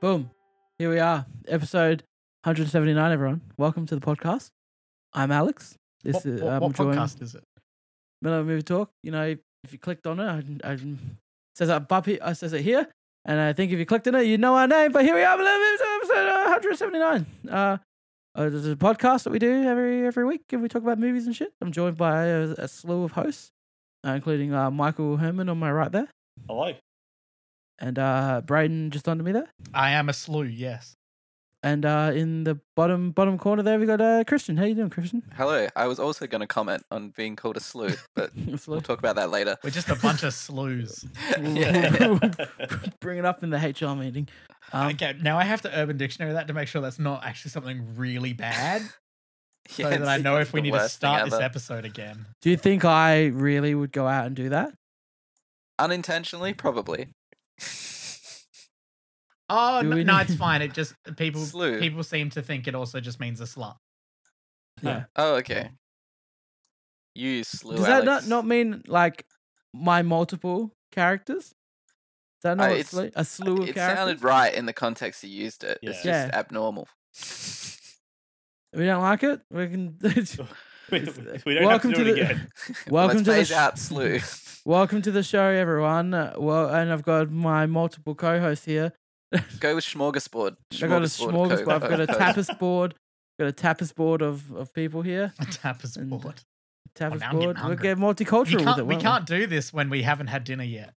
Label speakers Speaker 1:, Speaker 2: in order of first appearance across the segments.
Speaker 1: Boom. Here we are. Episode 179, everyone. Welcome to the podcast. I'm Alex. This
Speaker 2: what,
Speaker 1: is um,
Speaker 2: what-
Speaker 1: I'm
Speaker 2: what
Speaker 1: joined
Speaker 2: podcast is it?
Speaker 1: Mellow Movie Talk. You know, if you clicked on it, I, I says up up here, I says it here. And I think if you clicked on it, you know our name. But here we are, Mellow Movie Talk, episode 179. Uh, uh, this is a podcast that we do every every week, and we talk about movies and shit. I'm joined by a, a slew of hosts, uh, including uh, Michael Herman on my right there,
Speaker 3: Hello.
Speaker 1: and uh, Braden just under me there.
Speaker 2: I am a slew, yes.
Speaker 1: And uh, in the bottom bottom corner there, we got uh, Christian. How you doing, Christian?
Speaker 3: Hello. I was also going to comment on being called a slew, but we'll talk about that later.
Speaker 2: We're just a bunch of slews.
Speaker 1: Um, We'll Bring it up in the HR meeting. Um,
Speaker 2: okay, now I have to Urban Dictionary that to make sure that's not actually something really bad, so
Speaker 3: Yes,
Speaker 2: that I know if we
Speaker 3: the
Speaker 2: need to
Speaker 3: worst thing
Speaker 2: start this
Speaker 3: ever.
Speaker 2: episode again.
Speaker 1: Do you think I really would go out and do that?
Speaker 3: Unintentionally, probably.
Speaker 2: Oh
Speaker 1: Do
Speaker 2: no,
Speaker 1: we
Speaker 2: no,
Speaker 1: need-
Speaker 2: it's fine. It just people
Speaker 3: Slew.
Speaker 2: people seem to think it also just means a slut.
Speaker 1: Yeah.
Speaker 3: oh, okay. You slew
Speaker 1: Does that not, not mean like my multiple characters? Is that not
Speaker 3: Uh,
Speaker 1: what
Speaker 3: it's-
Speaker 1: slew- a slew of
Speaker 3: It
Speaker 1: characters?
Speaker 3: sounded right in the context you used it. It's just
Speaker 1: Yeah.
Speaker 3: abnormal.
Speaker 1: We don't like it. We can.
Speaker 4: we,
Speaker 1: It's-
Speaker 4: we don't
Speaker 1: welcome
Speaker 4: have to
Speaker 1: to
Speaker 4: do
Speaker 1: the-
Speaker 4: it again.
Speaker 1: Welcome
Speaker 3: Let's
Speaker 1: to the
Speaker 3: phase
Speaker 1: sh-
Speaker 3: out slew.
Speaker 1: Welcome to the show, everyone. Uh, well, and I've got my multiple co-hosts here.
Speaker 3: Go with smorgasbord.
Speaker 1: I've got a smorgasbord.
Speaker 3: co-
Speaker 1: I've got a
Speaker 3: co-
Speaker 1: tapas board. Got a tapas board of, of people here.
Speaker 2: A tap is
Speaker 1: And-
Speaker 2: bored.
Speaker 1: Tapas
Speaker 2: Oh, now I'm
Speaker 1: board.
Speaker 2: getting
Speaker 1: We'll
Speaker 2: hungry.
Speaker 1: get
Speaker 2: We
Speaker 1: multicultural with
Speaker 2: can't,
Speaker 1: it.
Speaker 2: we
Speaker 1: won't
Speaker 2: can't do this when we haven't had dinner yet.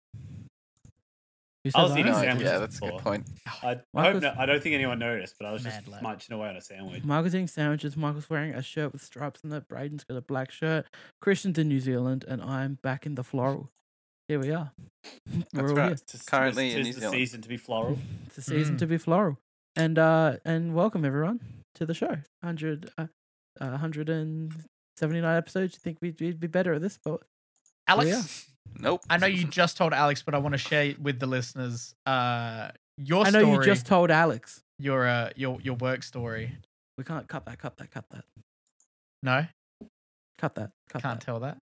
Speaker 1: Who says
Speaker 4: I was
Speaker 1: I
Speaker 4: eating
Speaker 3: No,
Speaker 1: am?
Speaker 4: sandwiches
Speaker 3: yeah, that's a good
Speaker 4: before.
Speaker 3: point.
Speaker 4: I, I
Speaker 1: Marcus-
Speaker 4: hope no, I don't think anyone noticed, but I was just
Speaker 2: Mad lad.
Speaker 4: munching away on a sandwich.
Speaker 1: Michael's eating sandwiches. Michael's wearing a shirt with stripes on it. Braden's got a black shirt. Christian's in New Zealand, and I'm back in the floral. Here we are. We're
Speaker 3: That's
Speaker 1: all
Speaker 3: right.
Speaker 1: here.
Speaker 4: Tis-
Speaker 3: Currently
Speaker 4: tis,
Speaker 3: in
Speaker 4: tis
Speaker 3: New
Speaker 4: the
Speaker 3: Zealand.
Speaker 4: season to be floral.
Speaker 1: It's the season
Speaker 2: Mm.
Speaker 1: to be floral, and uh, and welcome everyone to the show. Hundred, uh, uh, hundred and seventy nine episodes. You think we'd, we'd be better at this? But
Speaker 2: Alex,
Speaker 1: Oh, yeah.
Speaker 3: Nope.
Speaker 2: I know you just told Alex, but I want to share with the listeners uh, your
Speaker 1: I know
Speaker 2: story,
Speaker 1: you just told Alex.
Speaker 2: your uh, your your work story.
Speaker 1: We can't cut that. Cut that. Cut that.
Speaker 2: No,
Speaker 1: Cut that. Cut
Speaker 2: can't
Speaker 1: that.
Speaker 2: tell that.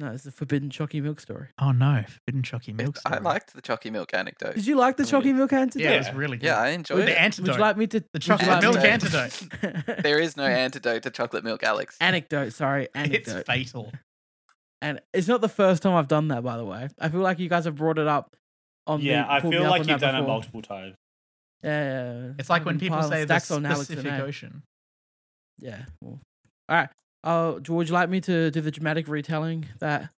Speaker 1: No, it's the forbidden chalky milk story.
Speaker 2: Oh no, forbidden chocky
Speaker 3: It-
Speaker 2: milk.
Speaker 3: I
Speaker 2: story.
Speaker 3: liked the chalky milk anecdote.
Speaker 1: Did you like the
Speaker 3: I mean,
Speaker 1: chalky milk antidote?
Speaker 2: Yeah, it was
Speaker 4: Yeah.
Speaker 2: really good.
Speaker 3: Yeah, I
Speaker 2: With
Speaker 3: enjoyed
Speaker 2: the
Speaker 3: it.
Speaker 1: Oh, Would
Speaker 2: antidote.
Speaker 1: you like me to
Speaker 2: the
Speaker 1: would you
Speaker 2: chocolate
Speaker 1: like me
Speaker 2: milk
Speaker 1: to-
Speaker 2: antidote.
Speaker 3: There is no antidote to chocolate milk, Alex.
Speaker 1: anecdote. Sorry,
Speaker 2: it's
Speaker 1: anecdote.
Speaker 2: fatal.
Speaker 1: and it's not the first time I've done that, by the way. I feel like you guys have brought it up. On
Speaker 4: yeah,
Speaker 1: the,
Speaker 4: I
Speaker 1: pulled me
Speaker 4: feel
Speaker 1: up
Speaker 4: like
Speaker 1: on
Speaker 4: you've
Speaker 1: that
Speaker 4: done it
Speaker 1: before.
Speaker 4: multiple times.
Speaker 1: Yeah, yeah, yeah.
Speaker 2: It's like when
Speaker 1: Fucking
Speaker 2: people
Speaker 1: pile
Speaker 2: say the
Speaker 1: Mm, stacks on Alex
Speaker 2: Pacific
Speaker 1: and A.
Speaker 2: Ocean.
Speaker 1: Yeah. well. All right. Uh, do- would you like me to do the dramatic retelling that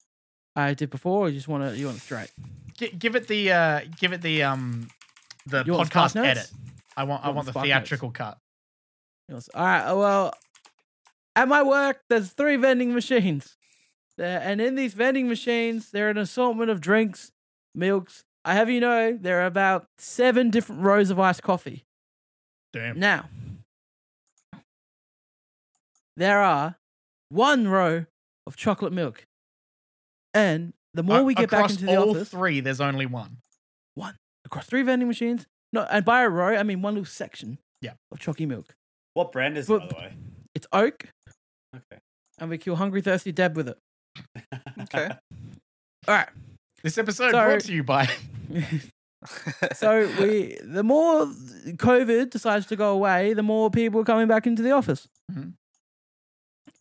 Speaker 1: I did before, or you just want to? You want it straight?
Speaker 2: G- give it the uh, give it the um the
Speaker 1: You want
Speaker 2: podcast
Speaker 1: Spark notes?
Speaker 2: edit. I want I
Speaker 1: You want
Speaker 2: want the
Speaker 1: Spark notes?
Speaker 2: theatrical cut.
Speaker 1: You want- All right. uh, Well, at my work, there's three vending machines, there, and in these vending machines, there are an assortment of drinks, milks. I have you know there are about seven different rows of iced coffee.
Speaker 2: Damn.
Speaker 1: Now, there are one row of chocolate milk, and the more we get back
Speaker 2: Across
Speaker 1: into the
Speaker 2: all
Speaker 1: office,
Speaker 2: three, there's only one.
Speaker 1: across three vending machines, no, and by a row I mean one little section,
Speaker 2: Yeah.
Speaker 1: of chalky milk.
Speaker 4: What brand is it, by
Speaker 1: But-
Speaker 4: the way?
Speaker 1: It's oak,
Speaker 4: Okay.
Speaker 1: and we kill hungry, thirsty Deb with it.
Speaker 3: Okay.
Speaker 1: All right.
Speaker 2: This episode
Speaker 1: Sorry.
Speaker 2: brought to you by
Speaker 1: so we, the more COVID decides to go away, the more people are coming back into the office,
Speaker 2: Mhm.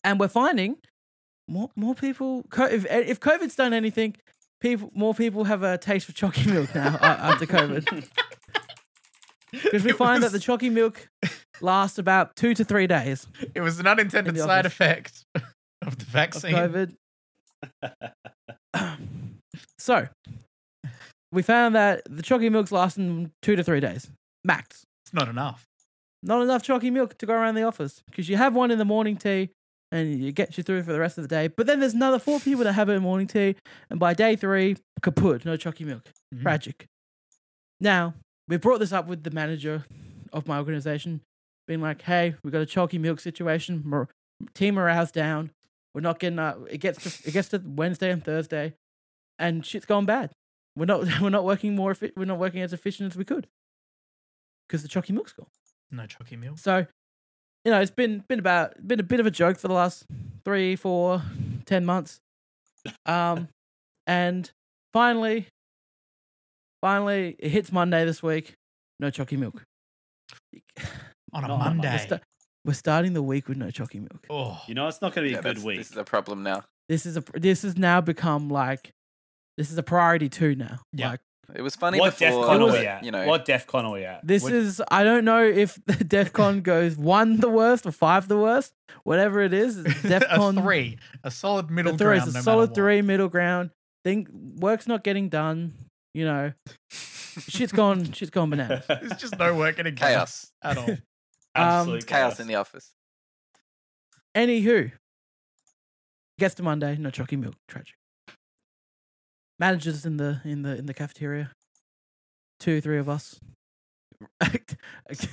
Speaker 1: and we're finding more more people. co- If, if COVID's done anything, people more people have a taste for chalky milk now a- after COVID, because we
Speaker 2: It
Speaker 1: find
Speaker 2: was-
Speaker 1: that the chalky milk lasts about two to three days
Speaker 2: It was an unintended
Speaker 1: In the
Speaker 2: side
Speaker 1: office.
Speaker 2: effect of the
Speaker 1: of
Speaker 2: vaccine.
Speaker 1: COVID. so we found that the chalky milk's lasting two to three days max.
Speaker 2: It's not enough.
Speaker 1: Not enough chalky milk to go around the office because you have one in the morning tea and it gets you through for the rest of the day. But then there's another four people that have it in morning tea, and by day three, kaput, no chalky milk.
Speaker 2: Mhm.
Speaker 1: Tragic. Now, we brought this up with the manager of my organization, being like, hey, we've got a chalky milk situation. Mor- team morale's down. We're not getting uh, it gets to it gets to Wednesday and Thursday and shit's gone bad. We're not we're not working more effi- we're not working as efficient as we could. Because the chalky milk's gone.
Speaker 2: No chalky milk.
Speaker 1: So, you know, it's been been about been a bit of a joke for the last three, four, ten months. Um, and finally, finally, it hits Monday this week. No chalky milk.
Speaker 2: on a
Speaker 4: Not on a
Speaker 2: Oh, Monday.
Speaker 1: We're, sta- we're starting the week with no chalky milk.
Speaker 2: oh,
Speaker 4: You know, it's not going to be
Speaker 3: Yeah,
Speaker 4: a good
Speaker 3: that's-
Speaker 4: week.
Speaker 3: This is a problem now.
Speaker 1: This is a this has now become like this is a priority too now.
Speaker 2: Yeah.
Speaker 1: Like
Speaker 3: It was funny
Speaker 4: what DEF
Speaker 3: before.
Speaker 4: CON are
Speaker 3: but,
Speaker 4: we at?
Speaker 3: You know,
Speaker 4: what DEF CON are we at?
Speaker 1: this
Speaker 4: What-
Speaker 1: is I don't know if DEF CON goes one the worst or five the worst, whatever it is. it's DEF CON
Speaker 2: a three, a solid middle
Speaker 1: the three is a
Speaker 2: ground. no matter
Speaker 1: solid
Speaker 2: what.
Speaker 1: three middle ground. Think work's not getting done. You know, shit's gone. Shit's gone bananas.
Speaker 2: There's just no work in chaos
Speaker 3: chaos.
Speaker 2: at all.
Speaker 1: um,
Speaker 4: Absolute
Speaker 3: Chaos in the office.
Speaker 1: Anywho, gets to Monday, no chalky milk, tragic. Managers in the in the in the cafeteria, two three of us,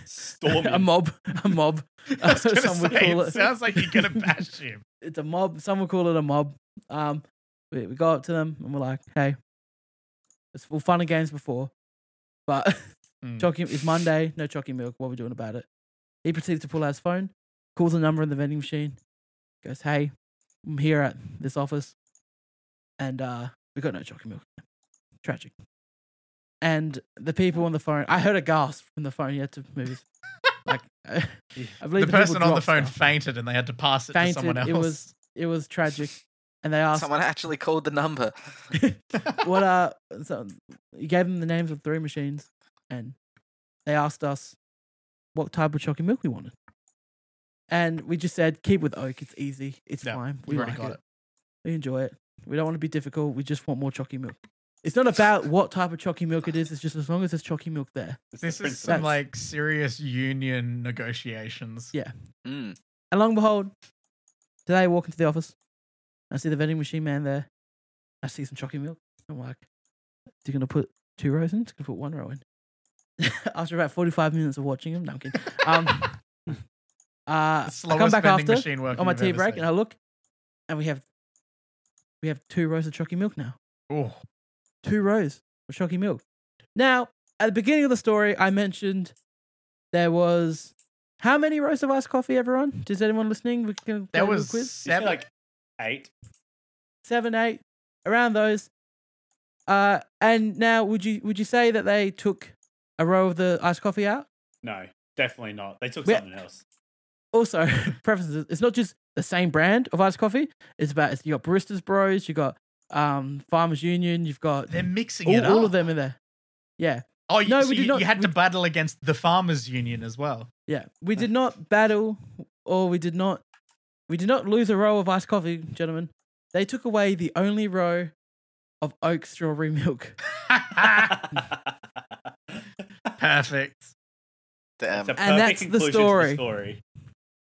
Speaker 4: Stormy.
Speaker 1: a mob, a mob.
Speaker 2: I was gonna
Speaker 1: Some would
Speaker 2: say,
Speaker 1: call
Speaker 2: it
Speaker 1: it-
Speaker 2: sounds like you're gonna bash him.
Speaker 1: It's a mob. Some would call it a mob. Um, we, we go up to them and we're like, hey, it's all fun and games before, but
Speaker 2: Mm.
Speaker 1: chalky it's Monday, no chalky milk. What are we doing about it? He proceeds to pull out his phone, calls a number in the vending machine, goes, hey, I'm here at this office, and uh, we got no chalky milk. Tragic. And the people on the phone, I heard a gasp from the phone. He had to move. like, I believe
Speaker 2: Hmm.
Speaker 1: the,
Speaker 2: The person
Speaker 1: people
Speaker 2: on the
Speaker 1: dropped
Speaker 2: phone
Speaker 1: stuff.
Speaker 2: fainted, and they had to pass it to someone else.
Speaker 1: Fainted, it was- It was tragic, and they asked
Speaker 3: Someone actually called the number.
Speaker 1: what uh so you gave them the names of three machines and they asked us what type of chocolate milk we wanted and we just said keep with oak it's easy it's
Speaker 2: Yeah,
Speaker 1: fine we
Speaker 2: You've already
Speaker 1: like
Speaker 2: got it.
Speaker 1: we enjoy it we don't want to be difficult we just want more chocolate milk it's not about what type of chocolate milk it is it's just as long as there's chocolate milk there
Speaker 4: It's the
Speaker 2: This is
Speaker 4: principle.
Speaker 2: some
Speaker 1: That's-
Speaker 2: like serious union negotiations.
Speaker 1: Yeah.
Speaker 3: Mm.
Speaker 1: And long and behold, today I walk into the office. I see the vending machine man there. I see some chocolate milk. I'm like, they're going to put two rows in? They're going to put one row in. After about 45 minutes of watching him, no, I'm kidding. Um, uh,
Speaker 2: The
Speaker 1: I
Speaker 2: slowest
Speaker 1: come back
Speaker 2: vending
Speaker 1: after
Speaker 2: machine work
Speaker 1: on my
Speaker 2: you've
Speaker 1: tea
Speaker 2: ever
Speaker 1: break
Speaker 2: seen.
Speaker 1: and I look and we have we have two rows of chocolate milk now.
Speaker 2: Oh,
Speaker 1: Two rows of chocolate milk. Now, at the beginning of the story, I mentioned there was how many rows of iced coffee, everyone? Does anyone listening? We can play a
Speaker 2: that
Speaker 1: little
Speaker 2: was
Speaker 1: quiz
Speaker 4: You said
Speaker 2: seven.
Speaker 4: like eight.
Speaker 1: seven, eight, around those. Uh, and now, would you would you say that they took a row of the iced coffee out?
Speaker 4: No, definitely not. They took
Speaker 1: Yeah.
Speaker 4: something else.
Speaker 1: Also, preferences. It's not just the same brand of iced coffee. It's about it's, you got baristas, bros. You got um, Farmers Union. You've got
Speaker 2: They're mixing
Speaker 1: all,
Speaker 2: it up.
Speaker 1: all of them in there. Yeah,
Speaker 2: Oh, you,
Speaker 1: No,
Speaker 2: so
Speaker 1: we did
Speaker 2: you,
Speaker 1: not-
Speaker 2: you had to
Speaker 1: we-
Speaker 2: battle against the farmers union as well.
Speaker 1: yeah. We did not battle, or we did not we did not lose a row of iced coffee, gentlemen. They took away the only row of oak strawberry milk.
Speaker 2: Perfect.
Speaker 3: Damn.
Speaker 4: It's a
Speaker 1: And that's
Speaker 4: perfect
Speaker 1: the
Speaker 4: conclusion to
Speaker 1: story.
Speaker 4: story.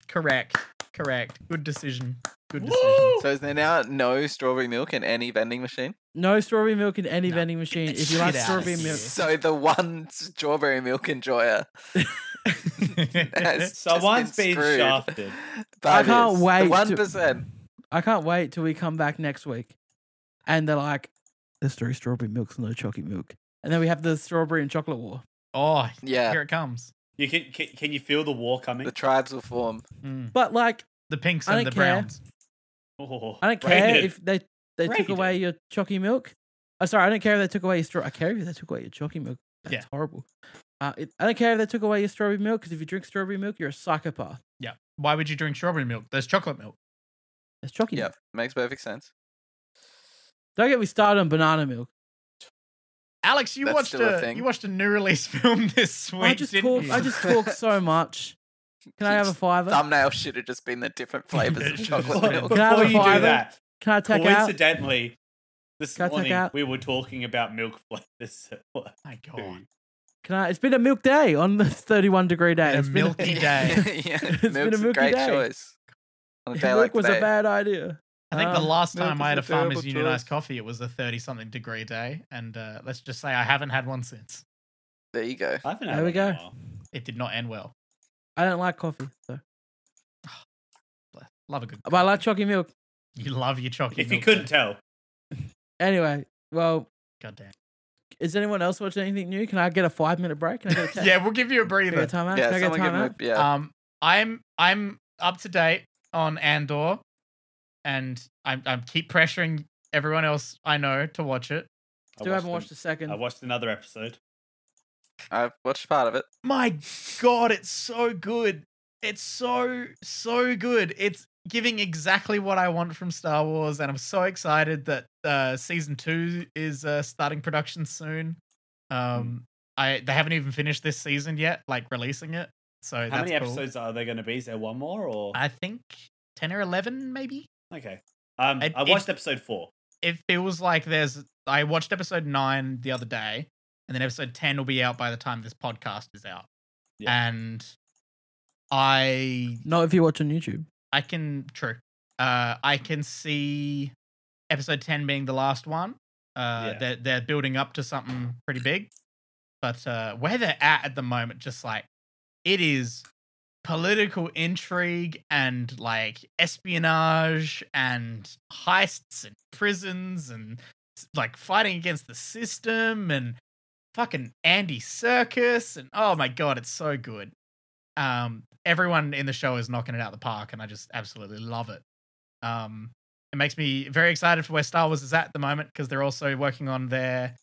Speaker 2: Correct. Correct. Good decision. Good decision.
Speaker 4: Woo!
Speaker 3: So is there now no strawberry milk in any vending machine?
Speaker 1: No strawberry milk in any
Speaker 2: No.
Speaker 1: vending machine. If you
Speaker 2: Shit
Speaker 1: like
Speaker 2: out.
Speaker 1: strawberry milk,
Speaker 3: So the one strawberry milk enjoyer has
Speaker 4: Someone's
Speaker 3: just been
Speaker 4: been
Speaker 3: screwed.
Speaker 4: shafted.
Speaker 3: By
Speaker 1: I can't
Speaker 3: this.
Speaker 1: wait
Speaker 3: The
Speaker 1: to-
Speaker 3: one percent.
Speaker 1: I can't wait till we come back next week and they're like, there's three strawberry milks and no chocolate milk. And then we have the strawberry and chocolate war.
Speaker 2: oh,
Speaker 3: Yeah,
Speaker 2: here it comes.
Speaker 4: You can, can can you feel the war coming?
Speaker 3: the tribes will form.
Speaker 2: Mm.
Speaker 1: But like,
Speaker 2: The pinks
Speaker 1: I
Speaker 2: and the
Speaker 1: don't care.
Speaker 2: browns.
Speaker 4: Oh,
Speaker 1: I don't care
Speaker 4: Brandon.
Speaker 1: if they, they took
Speaker 4: Rated.
Speaker 1: away your chocolate milk. Oh, sorry, I don't care if they took away your straw. I care if they took away your chocolate milk. That's
Speaker 2: Yeah.
Speaker 1: horrible. Uh, it, I don't care if they took away your strawberry milk because if you drink strawberry milk, you're a psychopath.
Speaker 2: Yeah. Why would you drink strawberry milk? There's chocolate milk.
Speaker 1: It's chocolate
Speaker 3: Yeah,
Speaker 1: milk.
Speaker 3: makes perfect sense.
Speaker 1: Don't get me started on banana milk.
Speaker 2: Alex, you
Speaker 3: That's
Speaker 2: watched
Speaker 3: still a
Speaker 2: a,
Speaker 3: thing.
Speaker 2: you watched a new release film this week.
Speaker 1: I just
Speaker 2: didn't
Speaker 1: talk.
Speaker 2: you?
Speaker 1: I just talk so much. Can I have a fiver?
Speaker 3: Thumbnail should have just been the different flavors of
Speaker 2: It
Speaker 3: chocolate
Speaker 2: should've
Speaker 3: milk.
Speaker 1: Can I have
Speaker 4: Before
Speaker 1: a
Speaker 4: you do
Speaker 1: fiver?
Speaker 4: that,
Speaker 1: Can I take out?
Speaker 4: coincidentally, this
Speaker 1: Can I take
Speaker 4: morning
Speaker 1: out?
Speaker 4: we were talking about milk flavors. at work.
Speaker 2: My God.
Speaker 1: Can I? It's been a milk day on this 31 degree day.
Speaker 2: A
Speaker 1: It's been
Speaker 2: milky day.
Speaker 3: yeah,
Speaker 1: It's been
Speaker 3: milk's
Speaker 1: a
Speaker 3: a,
Speaker 1: milky
Speaker 3: great
Speaker 1: day.
Speaker 3: choice. On a day
Speaker 1: milk
Speaker 3: like
Speaker 1: was
Speaker 3: today.
Speaker 1: a bad idea.
Speaker 2: I think the
Speaker 1: Um,
Speaker 2: last
Speaker 3: milk
Speaker 2: time
Speaker 3: is
Speaker 2: I had
Speaker 3: a
Speaker 2: a farmers
Speaker 3: terrible
Speaker 2: union
Speaker 3: choice.
Speaker 2: iced coffee, it was a thirty something degree day, and uh, let's just say I haven't had one since.
Speaker 3: There you go.
Speaker 4: I haven't
Speaker 1: There
Speaker 4: had
Speaker 1: we
Speaker 4: one in a
Speaker 1: go.
Speaker 4: while.
Speaker 2: It did not end well.
Speaker 1: I don't like coffee, so.
Speaker 2: Bless- Love a good.
Speaker 1: but I like chocolate milk.
Speaker 2: You love your chocolate.
Speaker 4: If you couldn't tell,
Speaker 1: Anyway, well,
Speaker 2: goddamn.
Speaker 1: is anyone else watching anything new? Can I get a five minute break? Can I get a ta-
Speaker 2: Yeah, we'll give you a
Speaker 1: Can I get
Speaker 2: breather.
Speaker 1: a timeout?
Speaker 3: Yeah,
Speaker 1: Can I get a
Speaker 3: someone give him
Speaker 1: timeout?
Speaker 3: a yeah.
Speaker 2: Um, I'm I'm up to date on Andor, and I'm I'm keep pressuring everyone else I know to watch it.
Speaker 4: I
Speaker 1: Still haven't
Speaker 4: watched
Speaker 1: watched a second.
Speaker 4: an- I watched another episode.
Speaker 3: I've watched part of it.
Speaker 2: My God, it's so good. It's so, so good. It's giving exactly what I want from Star Wars, and I'm so excited that uh, season two is uh, starting production soon.
Speaker 4: Hmm.
Speaker 2: Um, I they haven't even finished this season yet, like releasing it. So
Speaker 4: How
Speaker 2: that's
Speaker 4: many
Speaker 2: cool.
Speaker 4: episodes are there going to be? Is there one more or
Speaker 2: I think ten or eleven, maybe.
Speaker 4: okay? Um,
Speaker 2: I-
Speaker 4: I
Speaker 2: it's-
Speaker 4: watched episode four.
Speaker 2: It feels like there's. I watched episode nine the other day, and then episode ten will be out by the time this podcast is out.
Speaker 4: Yeah.
Speaker 2: And I
Speaker 1: Not if you watch on YouTube.
Speaker 2: I can true. Uh, I can see episode ten being the last one. Uh,
Speaker 4: Yeah.
Speaker 2: they're they're building up to something pretty big, but uh, where they're at at the moment, just like it is political intrigue and like espionage and heists and prisons and like fighting against the system and fucking Andy Circus and oh my god, it's so good. Um, everyone in the show is knocking it out of the park, and I just absolutely love it. Um, it makes me very excited for where Star Wars is at the moment because they're also working on their.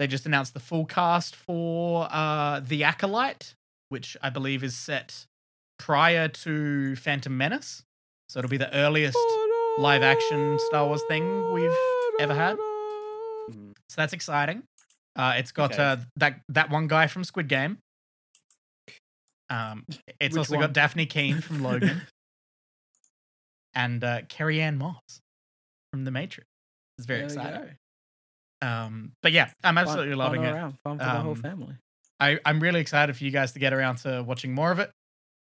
Speaker 2: They just announced the full cast for uh, the Acolyte, which I believe is set prior to Phantom Menace, so it'll be the earliest. live action Star Wars thing we've ever had.
Speaker 1: Mm-hmm.
Speaker 2: So that's exciting. Uh, it's got
Speaker 4: Okay.
Speaker 2: uh, that that one guy from Squid Game. Um, it's
Speaker 1: Which
Speaker 2: also
Speaker 1: one?
Speaker 2: got Daphne Keane from Logan and uh, Carrie Ann Moss from The Matrix. It's very
Speaker 1: There we
Speaker 2: exciting.
Speaker 1: go.
Speaker 2: Um, but yeah, I'm absolutely
Speaker 1: fun,
Speaker 2: loving
Speaker 1: fun
Speaker 2: it.
Speaker 1: Around, fun for the whole
Speaker 2: Um,
Speaker 1: family.
Speaker 2: I, I'm really excited for you guys to get around to watching more of it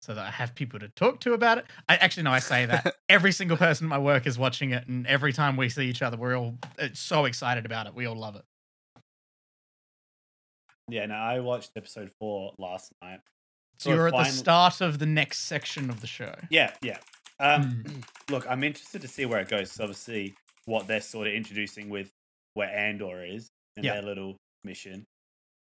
Speaker 2: so that I have people to talk to about it. I actually no, I say that every single person at my work is watching it, and every time we see each other, we're all uh, so excited about it. We all love it.
Speaker 4: Yeah, no, I watched episode four last night.
Speaker 2: So
Speaker 4: Well,
Speaker 2: you're at the
Speaker 4: fine-
Speaker 2: start of the next section of the show.
Speaker 4: Yeah, yeah. Um, Look, I'm interested to see where it goes. 'cause obviously, what they're sort of introducing with where Andor is and
Speaker 2: Yeah.
Speaker 4: their little mission,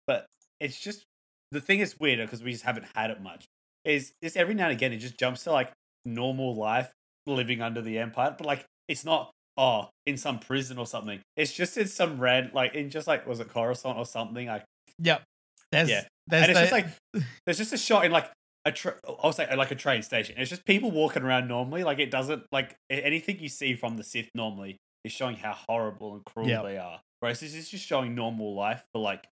Speaker 4: but it's just the thing is weird because we just haven't had it much. Is is every now and again it just jumps to like normal life living under the Empire, but like it's not oh in some prison or something. It's just in some red like in just like was it Coruscant or something like
Speaker 2: Yep. There's,
Speaker 4: Yeah.
Speaker 2: There's
Speaker 4: and it's
Speaker 2: the-
Speaker 4: just like there's just a shot in like a tra- I'll say like a train station. It's just people walking around normally. Like it doesn't like a- anything you see from the Sith normally is showing how horrible and cruel
Speaker 2: Yeah.
Speaker 4: they are. Whereas this is just showing normal life for like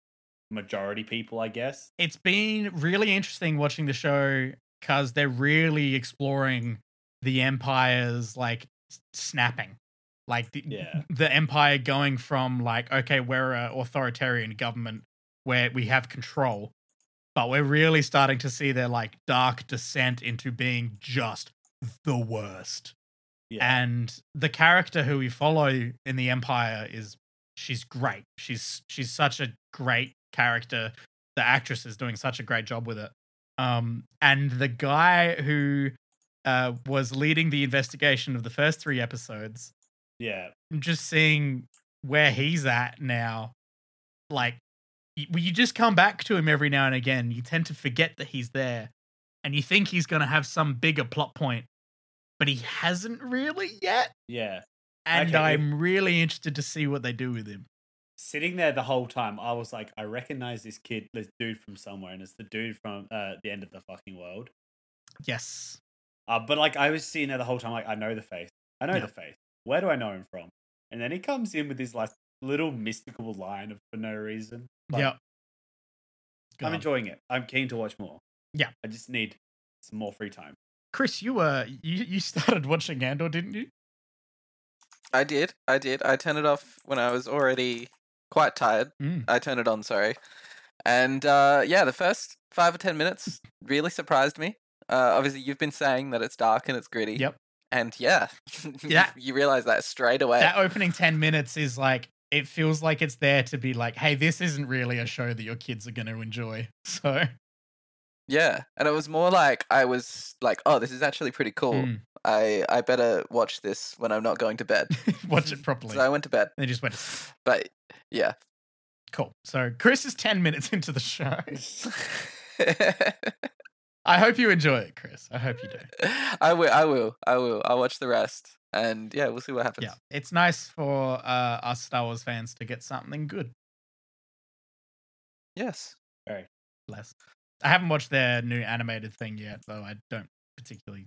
Speaker 4: majority people, I guess.
Speaker 2: it's been really interesting watching the show because they're really exploring the empire's like s- snapping like the,
Speaker 4: Yeah.
Speaker 2: the empire going from like okay we're a authoritarian government where we have control but we're really starting to see their like dark descent into being just the worst
Speaker 4: Yeah,
Speaker 2: and the character who we follow in the empire is she's great she's she's such a great character the actress is doing such a great job with it um and the guy who uh was leading the investigation of the first three episodes
Speaker 4: yeah,
Speaker 2: just seeing where he's at now like y- well, you just come back to him every now and again you tend to forget that he's there and you think he's going to have some bigger plot point but he hasn't really yet
Speaker 4: yeah.
Speaker 2: and
Speaker 4: Okay.
Speaker 2: I'm really interested to see what they do with him.
Speaker 4: Sitting there the whole time, I was like, I recognize this kid, this dude from somewhere, and it's the dude from uh, the end of the fucking world.
Speaker 2: Yes.
Speaker 4: Uh, but like I was sitting there the whole time, like I know the face, I know
Speaker 2: Yeah.
Speaker 4: the face. Where do I know him from? And then he comes in with his like little mystical line of for no reason. Like,
Speaker 2: yep.
Speaker 4: I'm
Speaker 2: God.
Speaker 4: enjoying it. I'm keen to watch more.
Speaker 2: Yeah.
Speaker 4: I just need some more free time.
Speaker 2: Chris, you were you, you started watching Andor, didn't you?
Speaker 3: I did. I did. I turned it off when I was already quite tired.
Speaker 2: Mm.
Speaker 3: I turned it on, sorry. And uh, yeah, the first five or ten minutes really surprised me. Uh, obviously, you've been saying that it's dark and it's gritty.
Speaker 2: Yep.
Speaker 3: And yeah,
Speaker 2: Yeah.
Speaker 3: you realize that straight away.
Speaker 2: That opening ten minutes is like it feels like it's there to be like, hey, this isn't really a show that your kids are going to enjoy. So
Speaker 3: yeah, and it was more like I was like, oh, this is actually pretty cool.
Speaker 2: mm,
Speaker 3: I I better watch this when I'm not going to bed.
Speaker 2: watch it properly.
Speaker 3: so I went to bed.
Speaker 2: they just went
Speaker 3: But yeah,
Speaker 2: cool. So Chris is ten minutes into the show. I hope you enjoy it, Chris. I hope you do.
Speaker 3: I will. I will. I will. I'll watch the rest, and yeah, we'll see what happens.
Speaker 2: Yeah, it's nice for uh, us Star Wars fans to get something good.
Speaker 3: Yes.
Speaker 4: Very.
Speaker 2: Bless. I haven't watched their new animated thing yet, though. I don't particularly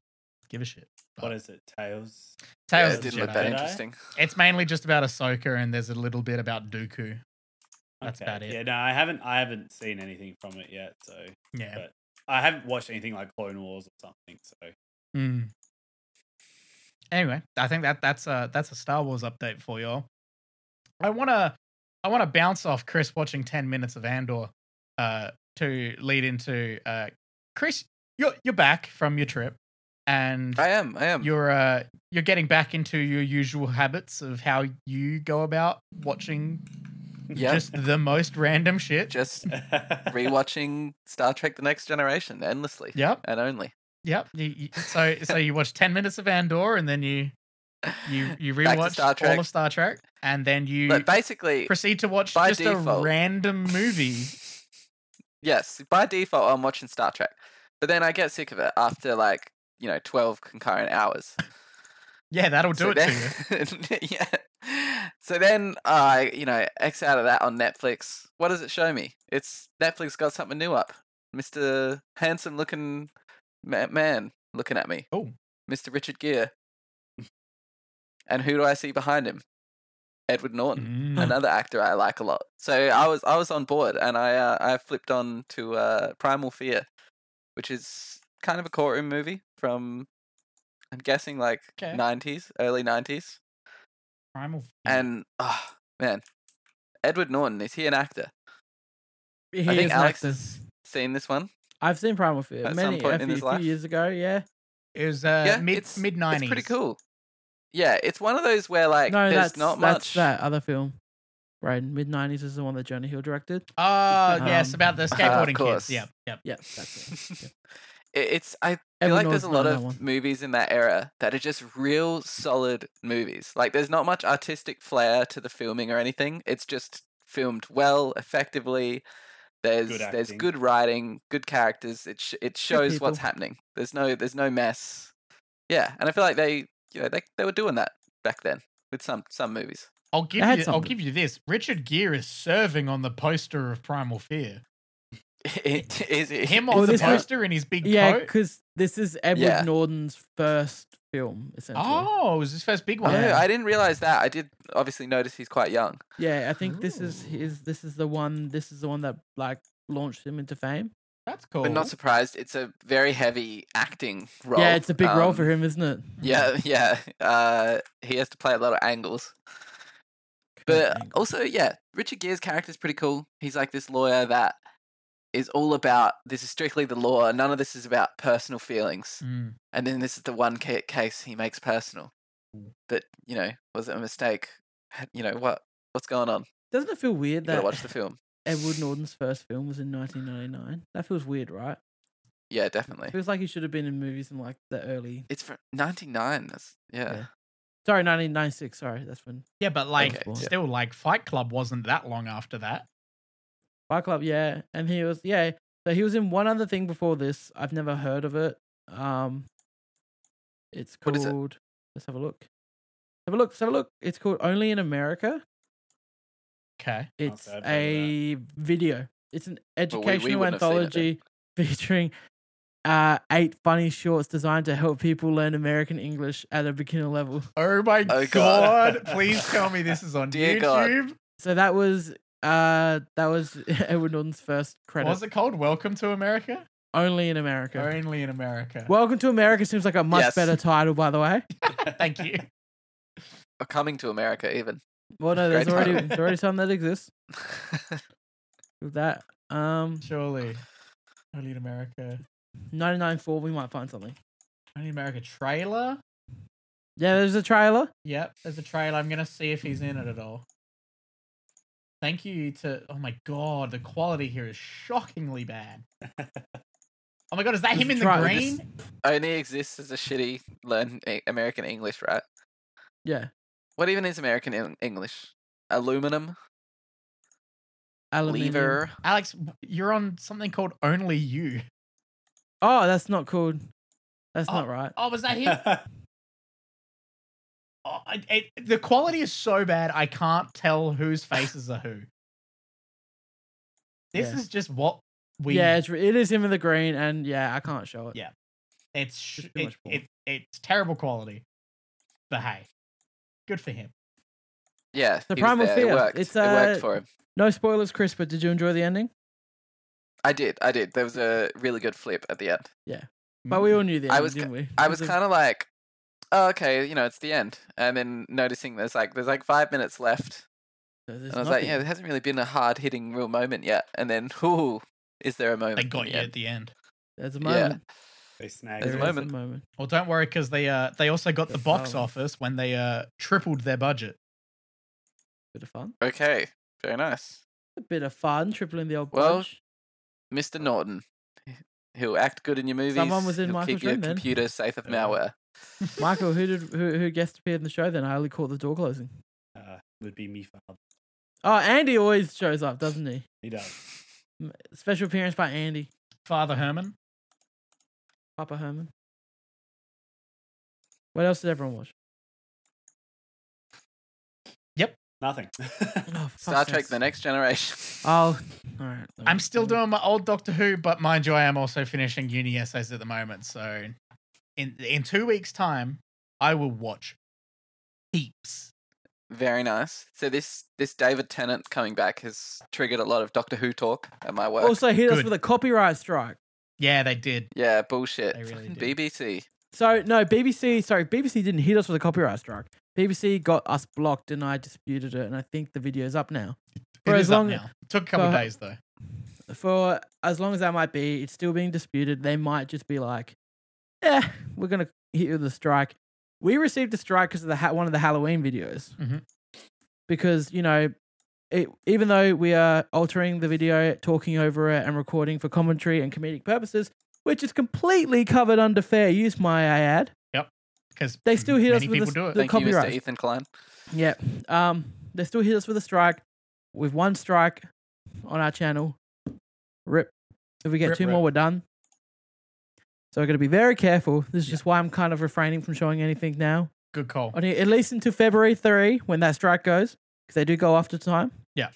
Speaker 2: give a shit.
Speaker 4: What is it? Tails.
Speaker 3: Yeah,
Speaker 2: Tales
Speaker 3: it
Speaker 2: of the
Speaker 3: didn't look
Speaker 2: Jedi.
Speaker 3: that
Speaker 4: Jedi.
Speaker 3: interesting.
Speaker 2: It's mainly just about Ahsoka, and there's a little bit about Dooku. That's
Speaker 4: Okay.
Speaker 2: about it.
Speaker 4: Yeah, no, I haven't. I haven't seen anything from it yet. So
Speaker 2: Yeah.
Speaker 4: But- I haven't watched anything like Clone Wars or something. So
Speaker 2: Mm. Anyway, I think that that's a that's a Star Wars update for y'all. I wanna I wanna bounce off Chris watching ten minutes of Andor uh, to lead into uh, Chris. You're you're back from your trip, and
Speaker 3: I am. I am.
Speaker 2: you're uh, you're getting back into your usual habits of how you go about watching
Speaker 3: yeah. Just,
Speaker 2: just the most random shit.
Speaker 3: rewatching Star Trek: The Next Generation endlessly
Speaker 2: Yep,
Speaker 3: and only.
Speaker 2: yep. You, you- so so you watch ten minutes of Andor, and then you you you
Speaker 3: Back to
Speaker 2: rewatch
Speaker 3: Star Trek.
Speaker 2: all of Star Trek, and then you
Speaker 3: But basically,
Speaker 2: proceed to watch
Speaker 3: by
Speaker 2: just a
Speaker 3: default-
Speaker 2: random movie.
Speaker 3: yes, by default, I'm watching Star Trek, but then I get sick of it after like you know 12 concurrent hours.
Speaker 2: Yeah, that'll do
Speaker 3: So
Speaker 2: it to you.
Speaker 3: then- yeah. So then I, you know, X out of that on Netflix. What does it show me? It's Netflix got something new up. Mr. Handsome looking ma- man looking at me.
Speaker 2: Oh.
Speaker 3: Mr. Richard Gere. and who do I see behind him? Edward Norton,
Speaker 1: Hmm.
Speaker 2: Mm.
Speaker 3: another actor I like a lot. So I was I was on board and I uh, I flipped on to uh, Primal Fear, which is kind of a courtroom movie from I'm guessing like
Speaker 2: Okay.
Speaker 3: 90s, early 90s.
Speaker 2: Primal Fear.
Speaker 1: Hmm.
Speaker 3: And oh man, Edward Norton is he an actor?
Speaker 1: He
Speaker 3: I
Speaker 1: is
Speaker 3: think
Speaker 1: an
Speaker 3: Alex
Speaker 1: actor.
Speaker 3: has seen this one.
Speaker 1: I've seen Primal Fear
Speaker 3: at some
Speaker 1: many a
Speaker 3: point in
Speaker 1: few,
Speaker 3: his
Speaker 1: few
Speaker 3: life.
Speaker 1: years ago. Yeah,
Speaker 2: it was uh,
Speaker 3: yeah,
Speaker 2: mid
Speaker 3: it's
Speaker 2: mid
Speaker 3: It's
Speaker 2: nineties.
Speaker 3: pretty cool. Yeah, it's one of those where like
Speaker 1: no,
Speaker 3: there's
Speaker 1: that's
Speaker 3: not
Speaker 1: that's
Speaker 3: much.
Speaker 1: that other film. Right, mid '90s is the one that Jonah Hill directed.
Speaker 2: Oh yes,
Speaker 1: Um,
Speaker 2: about the skateboarding kids.
Speaker 3: course.
Speaker 2: Yep, yep.
Speaker 1: Yeah, that's it.
Speaker 3: It- it's I feel
Speaker 1: Everyone
Speaker 3: like there's a
Speaker 1: knows
Speaker 3: lot
Speaker 1: about that
Speaker 3: of
Speaker 1: one.
Speaker 3: movies in that era that are just real solid movies. Like there's not much artistic flair to the filming or anything. It's just filmed well, effectively. There's
Speaker 4: Good
Speaker 3: there's
Speaker 4: acting.
Speaker 3: good writing, good characters. It sh- it shows what's
Speaker 1: people.
Speaker 3: happening. There's no there's no mess. Yeah, and I feel like they you know they they were doing that back then with some some movies.
Speaker 2: I'll give
Speaker 1: had
Speaker 2: you. I'll
Speaker 1: something.
Speaker 2: give you this. Richard Gere is serving on the poster of Primal Fear.
Speaker 3: it is it,
Speaker 2: Him
Speaker 3: it's
Speaker 2: on
Speaker 1: Well,
Speaker 2: the
Speaker 1: this was-
Speaker 2: poster in his big
Speaker 1: Yeah,
Speaker 2: coat.
Speaker 1: because this is Edward
Speaker 3: Yeah.
Speaker 1: Norton's first film, essentially.
Speaker 2: Oh, it was his first big
Speaker 3: Oh,
Speaker 2: one.
Speaker 3: I didn't realize that. I did obviously notice he's quite young.
Speaker 1: Yeah, I think this is
Speaker 2: Ooh.
Speaker 1: his. This is the one. This is the one that like launched him into fame.
Speaker 2: That's cool.
Speaker 3: But not surprised. It's a very heavy acting role.
Speaker 1: Yeah, it's a big role
Speaker 3: Um,
Speaker 1: for him, isn't it?
Speaker 3: Yeah, yeah. Uh, he has to play a lot of angles. But oh, also, yeah, Richard Gere's character's pretty cool. He's like this lawyer that is all about this is strictly the law. None of this is about personal feelings.
Speaker 2: Mm.
Speaker 3: And then this is the one ca- case he makes personal.
Speaker 2: Mm.
Speaker 3: That you know was it a mistake? Had- You know what? What's going on?
Speaker 1: doesn't it feel weird
Speaker 3: You gotta
Speaker 1: that
Speaker 3: watch the film.
Speaker 1: Edward Norton's first film was in 1999? That feels weird, right?
Speaker 3: Yeah, definitely.
Speaker 1: Feels like he should have been in movies in like the early.
Speaker 3: It's from '99. That's yeah.
Speaker 1: Yeah. Sorry, 1996. Sorry, that's when
Speaker 2: Yeah, but like,
Speaker 3: Okay,
Speaker 1: yeah.
Speaker 2: still, like, Fight Club wasn't that long after that.
Speaker 1: Fight Club. Yeah, and he was yeah. So he was in one other thing before this. I've never heard of it. Um, it's
Speaker 3: What is it?
Speaker 1: called. Let's have a look. Have a look. Let's have a look. It's called Only in America.
Speaker 2: Okay.
Speaker 1: It's
Speaker 4: I've heard of that.
Speaker 1: a video. It's an
Speaker 3: we- we
Speaker 1: educational
Speaker 3: wouldn't have seen it then.
Speaker 1: anthology featuring uh, eight funny shorts designed to help people learn American English at a beginner level.
Speaker 2: Oh my
Speaker 3: Oh,
Speaker 2: god!
Speaker 4: God.
Speaker 2: Please tell me this is on
Speaker 3: Dear God.
Speaker 2: YouTube.
Speaker 1: So that was uh, that was Edward Norton's first
Speaker 2: What
Speaker 1: credit.
Speaker 2: was it called? Welcome to America.
Speaker 1: Only in America.
Speaker 2: Only in America.
Speaker 1: Welcome to America seems like a much
Speaker 3: Yes.
Speaker 1: better title, by the way.
Speaker 2: thank you.
Speaker 3: Or coming to America, even.
Speaker 1: Well, no,
Speaker 3: Great
Speaker 1: there's already
Speaker 3: title.
Speaker 1: there's already some that exists with that. Um,
Speaker 2: Surely. Only in America.
Speaker 1: 99.4, we might find something.
Speaker 2: Only in America trailer.
Speaker 1: Yeah, there's a trailer.
Speaker 2: Yep, there's a trailer. I'm gonna see if he's in it at all. Thank you to. Oh my god, the quality here is shockingly bad. Oh my god, is that
Speaker 1: Just
Speaker 2: him in the
Speaker 1: try-
Speaker 2: green?
Speaker 1: just-
Speaker 3: Only exists as a shitty learn e- American English, right?
Speaker 1: Yeah,
Speaker 3: What even is American en- English? Aluminum,
Speaker 1: aluminium.
Speaker 3: lever.
Speaker 2: Alex, you're on something called Only You.
Speaker 1: Oh, that's not called. That's not right.
Speaker 2: Oh, was that him? Oh, it, it- the quality is so bad, I can't tell whose faces are who. This
Speaker 1: Yeah.
Speaker 2: is just what we
Speaker 1: yeah, it's, re- it is him in the green, and yeah, I can't show it.
Speaker 2: Yeah. it's sh-
Speaker 1: it's too
Speaker 2: it,
Speaker 1: much porn.
Speaker 2: it, it's terrible quality, but hey, good for him.
Speaker 3: Yeah,
Speaker 1: The
Speaker 3: he was
Speaker 1: Primal
Speaker 3: there.
Speaker 1: Fear.
Speaker 3: It worked.
Speaker 1: It's,
Speaker 3: it
Speaker 1: uh,
Speaker 3: worked for him.
Speaker 1: No spoilers, Chris, but did you enjoy the ending?
Speaker 3: I did. I did. There was a really good flip at the end.
Speaker 1: But we all knew the
Speaker 3: I
Speaker 1: ending,
Speaker 3: was
Speaker 1: didn't we?
Speaker 3: I
Speaker 1: It
Speaker 3: was
Speaker 1: a-
Speaker 3: kind of like, oh, okay, you know, it's the end, and then noticing there's like there's like five minutes left,
Speaker 1: there's
Speaker 3: and I was like,
Speaker 1: nothing.
Speaker 3: yeah, there hasn't really been a hard hitting real moment yet, and then whoo, is there a moment?
Speaker 2: They
Speaker 3: in
Speaker 2: got
Speaker 3: the
Speaker 2: you
Speaker 3: end?
Speaker 2: at the end.
Speaker 1: There's a
Speaker 3: yeah.
Speaker 1: moment.
Speaker 4: They snagged
Speaker 3: There's a
Speaker 1: There
Speaker 4: it.
Speaker 1: is
Speaker 3: moment.
Speaker 2: Well, don't worry because they uh they also got
Speaker 1: The
Speaker 2: the, box
Speaker 1: phone.
Speaker 2: office when they uh tripled their budget.
Speaker 1: Bit of fun.
Speaker 3: Okay, very nice,
Speaker 1: A bit of fun. Tripling the old
Speaker 3: Well,
Speaker 1: punch.
Speaker 3: Mr. Norton. He'll act good in your movies.
Speaker 1: Someone was in
Speaker 3: He'll
Speaker 1: Michael's
Speaker 3: keep your
Speaker 1: room then.
Speaker 3: computer safe of
Speaker 4: Yeah.
Speaker 3: malware.
Speaker 1: Michael, who did who who guest appeared in the show? Then I only caught the door closing.
Speaker 4: Uh, would be me father.
Speaker 1: Oh, Andy always shows up, doesn't he?
Speaker 4: He does.
Speaker 1: M- Special appearance by Andy,
Speaker 2: Father Herman.
Speaker 1: Papa Herman. What else did everyone watch?
Speaker 4: Nothing.
Speaker 1: Oh, for
Speaker 3: Star
Speaker 1: fuck's
Speaker 3: Trek:
Speaker 1: sakes.
Speaker 3: The Next Generation.
Speaker 1: Oh, all right. let me-
Speaker 2: I'm still
Speaker 1: let me-
Speaker 2: doing my old Doctor Who, but mind you, I am also finishing uni essays at the moment. So, in in two weeks' time, I will watch heaps.
Speaker 3: Very nice. So this this David Tennant coming back has triggered a lot of Doctor Who talk at my work.
Speaker 1: Also hit us
Speaker 2: Good.
Speaker 1: with a copyright strike.
Speaker 2: Yeah, they did.
Speaker 3: yeah, bullshit.
Speaker 2: They really
Speaker 3: Fucking
Speaker 2: do.
Speaker 3: BBC.
Speaker 1: So no, BBC. Sorry, BBC didn't hit us with a copyright strike. BBC got us blocked, and I disputed it, and I think the video's up now. For
Speaker 2: it
Speaker 1: as
Speaker 2: is up
Speaker 1: long-
Speaker 2: now. took a couple of
Speaker 1: for-
Speaker 2: days though.
Speaker 1: For as long as that might be, it's still being disputed. They might just be like, "Yeah, we're gonna hit you with a strike." We received a strike because of the ha- one of the Halloween videos,
Speaker 2: Mhm.
Speaker 1: because you know, it, even though we are altering the video, talking over it, and recording for commentary and comedic purposes, which is completely covered under fair use, my I add.
Speaker 2: Because
Speaker 1: They still hit us
Speaker 2: many
Speaker 1: with
Speaker 2: people
Speaker 1: this-
Speaker 2: do it.
Speaker 1: the-
Speaker 3: Thank you, Mr.
Speaker 1: copyright.
Speaker 3: Ethan Klein.
Speaker 1: Yeah. Um, they still hit us with a strike. With one strike on our channel, rip. If we get
Speaker 2: Rip,
Speaker 1: two
Speaker 2: rip.
Speaker 1: more, we're done. So we're going to be very careful. This is just why I'm kind of refraining from showing anything now.
Speaker 2: Good call.
Speaker 1: On At least until February 3 when that strike goes, because they do go after time.
Speaker 2: Yeah.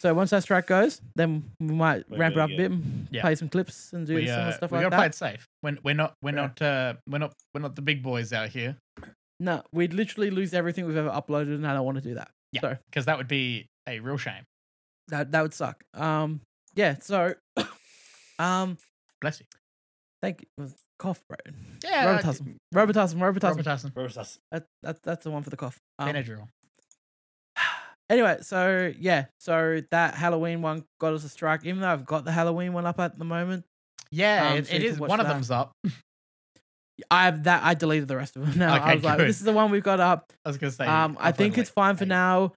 Speaker 1: So once that strike goes, then we might
Speaker 4: We're
Speaker 1: ramp it
Speaker 4: gonna
Speaker 1: up a
Speaker 4: get-
Speaker 1: bit and
Speaker 2: Yeah.
Speaker 1: play some clips and do
Speaker 2: We,
Speaker 1: some
Speaker 2: uh,
Speaker 1: more stuff
Speaker 2: we
Speaker 1: like
Speaker 2: gotta
Speaker 1: that.
Speaker 2: play it safe. When we're not, we're
Speaker 1: Yeah.
Speaker 2: not, uh, we're not, we're not the big boys out here.
Speaker 1: No, we'd literally lose everything we've ever uploaded, and I don't want to do that.
Speaker 2: Because that would be a real shame.
Speaker 1: That that would suck. Um, yeah. So, um,
Speaker 2: Bless you.
Speaker 1: Thank you. Was cough, bro.
Speaker 2: Yeah,
Speaker 1: Robitussin. Robitussin, Robitussin.
Speaker 2: Robitussin.
Speaker 4: Where was us?
Speaker 1: That, that, that's the one for the cough. Um,
Speaker 2: Benadryl.
Speaker 1: anyway, so yeah, so that Halloween one got us a strike, even though I've got the Halloween one up at the moment.
Speaker 2: Yeah,
Speaker 1: um,
Speaker 2: it,
Speaker 1: so
Speaker 2: it
Speaker 1: you can
Speaker 2: is.
Speaker 1: watch
Speaker 2: One of
Speaker 1: that.
Speaker 2: them's up.
Speaker 1: I have that. I deleted the rest of them now. I
Speaker 2: Okay,
Speaker 1: was like,
Speaker 2: good.
Speaker 1: this is the one we've got up.
Speaker 2: I was gonna say.
Speaker 1: Um, I
Speaker 2: upload
Speaker 1: think it's
Speaker 2: like
Speaker 1: fine for
Speaker 2: eight.
Speaker 1: now.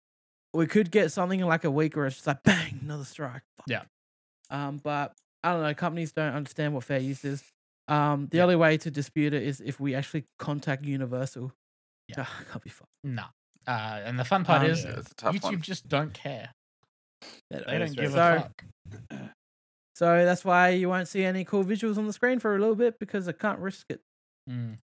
Speaker 1: We could get something in like a week, or it's just like bang, another strike. Fuck.
Speaker 2: Yeah.
Speaker 1: Um, but I don't know. Companies don't understand what fair use is. Um, the
Speaker 2: Yeah.
Speaker 1: only way to dispute it is if we actually contact Universal.
Speaker 2: Yeah.
Speaker 1: Ah, can't be fucked.
Speaker 2: No. Uh, and the fun part
Speaker 1: Um,
Speaker 2: is
Speaker 3: Yeah, it's a tough
Speaker 2: YouTube
Speaker 3: one.
Speaker 2: just don't care. They
Speaker 4: That
Speaker 2: don't
Speaker 4: is
Speaker 2: give
Speaker 1: right.
Speaker 2: a
Speaker 1: So-
Speaker 2: fuck.
Speaker 1: So that's why you won't see any cool visuals on the screen for a little bit because I can't risk it.
Speaker 2: Mm.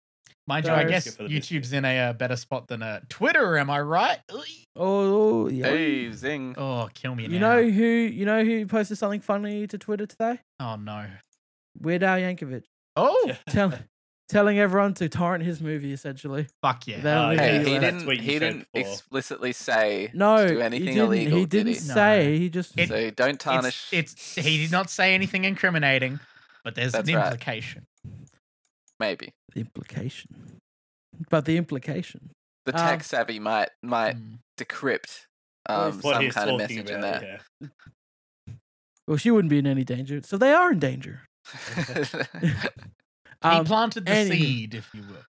Speaker 2: Mind you, I
Speaker 1: So-
Speaker 2: guess
Speaker 4: Good for the biscuit.
Speaker 2: YouTube's in a uh, better spot than uh, Twitter. Am I right? Oy.
Speaker 1: Oh, yeah.
Speaker 3: Hey, zing.
Speaker 2: Oh, kill me
Speaker 1: You
Speaker 2: now.
Speaker 1: know who? You know who posted something funny to Twitter today?
Speaker 2: Oh no.
Speaker 1: Weird Al Yankovic,
Speaker 2: Oh
Speaker 1: tell, telling everyone to torrent his movie. Essentially,
Speaker 2: fuck yeah.
Speaker 1: They don't
Speaker 4: Oh,
Speaker 1: leave
Speaker 4: yeah.
Speaker 1: it
Speaker 3: Hey,
Speaker 4: you
Speaker 3: he
Speaker 1: anywhere.
Speaker 4: left. That's
Speaker 3: didn't.
Speaker 4: what you
Speaker 3: He
Speaker 4: said
Speaker 3: didn't
Speaker 4: before.
Speaker 3: explicitly say
Speaker 1: no,
Speaker 3: to do
Speaker 1: he
Speaker 3: anything
Speaker 1: didn't.
Speaker 3: illegal,
Speaker 1: he
Speaker 3: did
Speaker 1: didn't
Speaker 3: he?
Speaker 2: No.
Speaker 1: say. He just said
Speaker 2: It-
Speaker 3: So don't tarnish.
Speaker 2: It's, it's he did not say anything incriminating, but there's
Speaker 3: That's
Speaker 2: an
Speaker 3: right.
Speaker 2: implication.
Speaker 3: maybe
Speaker 1: the implication. But the implication.
Speaker 3: the
Speaker 1: Um,
Speaker 3: tech savvy might might
Speaker 2: Mm.
Speaker 3: decrypt
Speaker 1: Well,
Speaker 3: um,
Speaker 1: if-
Speaker 4: What
Speaker 3: some
Speaker 4: he's
Speaker 3: kind of
Speaker 4: talking
Speaker 3: message in
Speaker 4: about.
Speaker 3: there.
Speaker 4: yeah.
Speaker 1: Well, she wouldn't be in any danger, so they are in danger.
Speaker 2: he planted the
Speaker 1: Um, anywho.
Speaker 2: seed, if you will.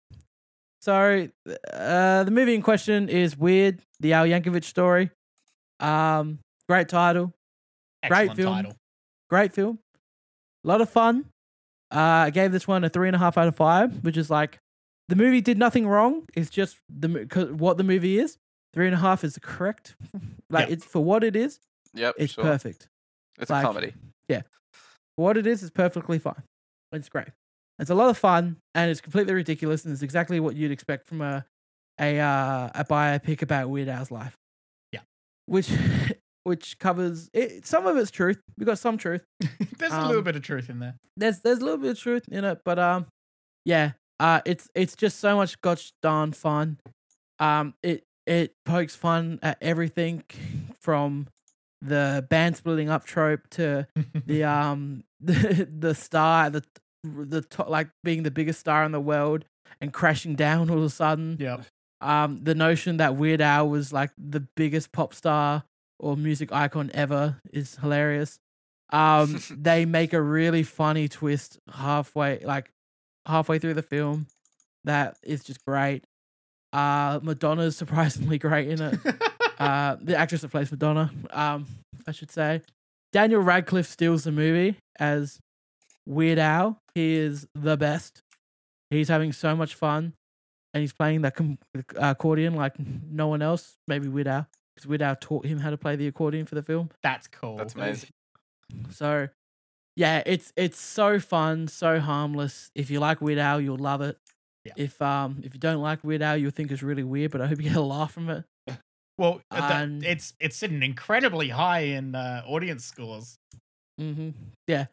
Speaker 1: So uh, the movie in question is Weird, the Al Yankovic story. Um, great title, Great
Speaker 2: Excellent
Speaker 1: film.
Speaker 2: title.
Speaker 1: great film, a lot of fun. Uh, I gave this one a three and a half out of five, which is like the movie did nothing wrong. It's just the mo- 'cause what the movie is. Three and a half is correct. like
Speaker 2: Yeah.
Speaker 1: it's for what it is.
Speaker 3: yep,
Speaker 1: It's
Speaker 3: sure.
Speaker 1: perfect.
Speaker 3: It's
Speaker 1: like-
Speaker 3: a comedy.
Speaker 1: For what it is, it's perfectly fine. It's great. It's a lot of fun and it's completely ridiculous and it's exactly what you'd expect from a a uh, a biopic about Weird Al's life.
Speaker 2: Yeah.
Speaker 1: Which which covers it, some of it's truth. We got some truth.
Speaker 2: There's a little
Speaker 1: Um,
Speaker 2: bit of truth in there.
Speaker 1: There's there's a little bit of truth in it, but um, yeah, uh, it's it's just so much gosh darn fun. Um, it it pokes fun at everything from the band splitting up trope to the um the, the star the the top, like being the biggest star in the world and crashing down all of a sudden
Speaker 2: yep.
Speaker 1: um, the notion that Weird Al was like the biggest pop star or music icon ever is hilarious. Um, they make a really funny twist halfway, like halfway through the film, that is just great. Uh, Madonna's surprisingly great in it. Uh, the actress that plays Madonna, um, I should say. Daniel Radcliffe steals the movie as Weird Al. He is the best. He's having so much fun, and he's playing that com- uh, accordion like no one else. Maybe Weird Al, because Weird Al taught him how to play the accordion for the film.
Speaker 2: That's cool.
Speaker 3: That's amazing.
Speaker 1: So, yeah, it's it's so fun, so harmless. If you like Weird Al, you'll love it.
Speaker 2: Yeah.
Speaker 1: If um if you don't like Weird Al, you'll think it's really weird, but I hope you get a laugh from it.
Speaker 2: Well, uh, the-
Speaker 1: Um,
Speaker 2: it's it's sitting incredibly high in uh, audience scores.
Speaker 1: Mm-hmm. Yeah,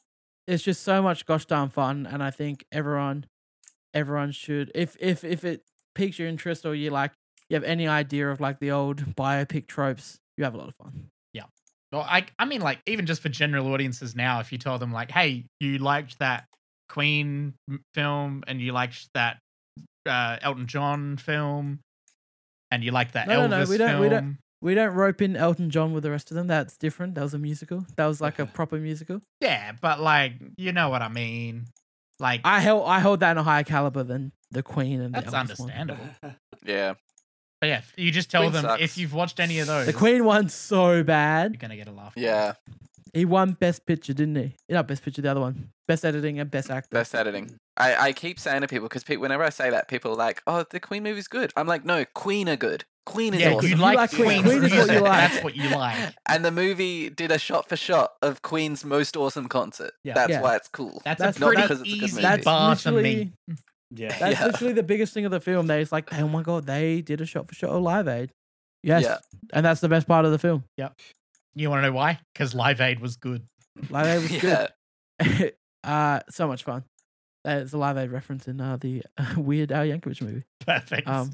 Speaker 1: it's just so much gosh darn fun, and I think everyone, everyone should if if if it piques your interest or you like you have any idea of like the old biopic tropes, you have a lot of fun.
Speaker 2: Well, I I mean, like even just for general audiences now, if you tell them like, hey, you liked that Queen m- film and you liked that uh, Elton John film and you liked that
Speaker 1: No,
Speaker 2: Elvis
Speaker 1: no, no, we don't-
Speaker 2: film,
Speaker 1: we don't- We don't rope in Elton John with the rest of them. That's different. That was a musical. That was like a proper musical.
Speaker 2: yeah, but like you know what I mean. Like
Speaker 1: I held I hold that in a higher caliber than the Queen and
Speaker 2: that's
Speaker 1: the Elvis one.
Speaker 2: understandable.
Speaker 3: Yeah.
Speaker 2: But yeah, you just tell
Speaker 3: Queen
Speaker 2: them
Speaker 3: sucks.
Speaker 2: if you've watched any of those,
Speaker 1: The Queen one's so
Speaker 2: you're
Speaker 1: bad.
Speaker 2: gonna get a laugh.
Speaker 3: Yeah.
Speaker 1: He won Best Picture, didn't he? Not Best Picture, the other one. Best Editing and Best Actor.
Speaker 3: Best editing. I, I keep saying to people because whenever I say that, people are like, "Oh, the Queen movie's good." I'm like, "No, Queen are good. Queen is
Speaker 2: Yeah,
Speaker 3: awesome."
Speaker 2: you
Speaker 1: You
Speaker 2: like,
Speaker 1: like Queen.
Speaker 2: Queen.
Speaker 1: Queen is what
Speaker 2: music,
Speaker 1: you like.
Speaker 2: That's what you like.
Speaker 3: And the movie did a shot for shot of Queen's most awesome concert.
Speaker 2: Yeah.
Speaker 3: That's
Speaker 1: Yeah.
Speaker 3: why it's cool.
Speaker 2: That's,
Speaker 1: That's
Speaker 2: a
Speaker 1: not
Speaker 2: pretty
Speaker 3: because it's a good
Speaker 2: easy
Speaker 3: movie.
Speaker 1: That's
Speaker 2: bar for
Speaker 1: literally-
Speaker 2: me.
Speaker 4: Yeah.
Speaker 1: That's
Speaker 3: Yeah.
Speaker 1: literally the biggest thing of the film. They it's like, oh my god, they did a shot for shot of Live Aid. Yes,
Speaker 3: Yeah.
Speaker 1: and that's the best part of the film.
Speaker 2: You want to know why? Because Live Aid was good.
Speaker 1: Live Aid was
Speaker 3: yeah.
Speaker 1: good. uh, so much fun. There's a Live Aid reference in uh, the uh, Weird Al Yankovic movie.
Speaker 2: Perfect.
Speaker 1: Um,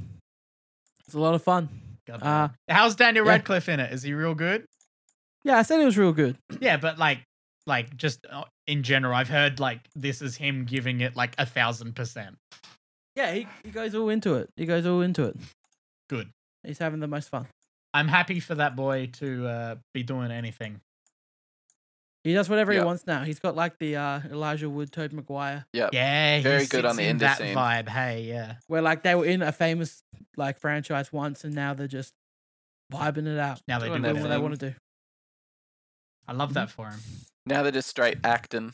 Speaker 1: it's a lot of fun.
Speaker 2: God
Speaker 1: uh,
Speaker 2: damn. How's Daniel
Speaker 1: yeah.
Speaker 2: Radcliffe in it? Is he real good?
Speaker 1: Yeah, I said it was real good.
Speaker 2: Yeah, but like, like just uh, in general, I've heard like this is him giving it like a thousand percent.
Speaker 1: Yeah, he, he goes all into it. He goes all into it.
Speaker 2: Good.
Speaker 1: He's having the most fun.
Speaker 2: I'm happy for that boy to uh, be doing anything.
Speaker 1: He does whatever
Speaker 3: Yeah.
Speaker 1: he wants now. He's got like the uh, Elijah Wood, Toad McGuire,
Speaker 3: Yep.
Speaker 2: Yeah, he
Speaker 3: Very good
Speaker 2: sits
Speaker 3: on the
Speaker 2: in
Speaker 3: indie
Speaker 2: that
Speaker 3: scene.
Speaker 2: vibe. Hey, yeah,
Speaker 1: where like they were in a famous like franchise once, and now they're just vibing it out,
Speaker 2: now they do
Speaker 3: Doing
Speaker 1: doing what they
Speaker 2: it.
Speaker 3: everything.
Speaker 1: want to do.
Speaker 2: I love that for him.
Speaker 3: Now they're just straight acting.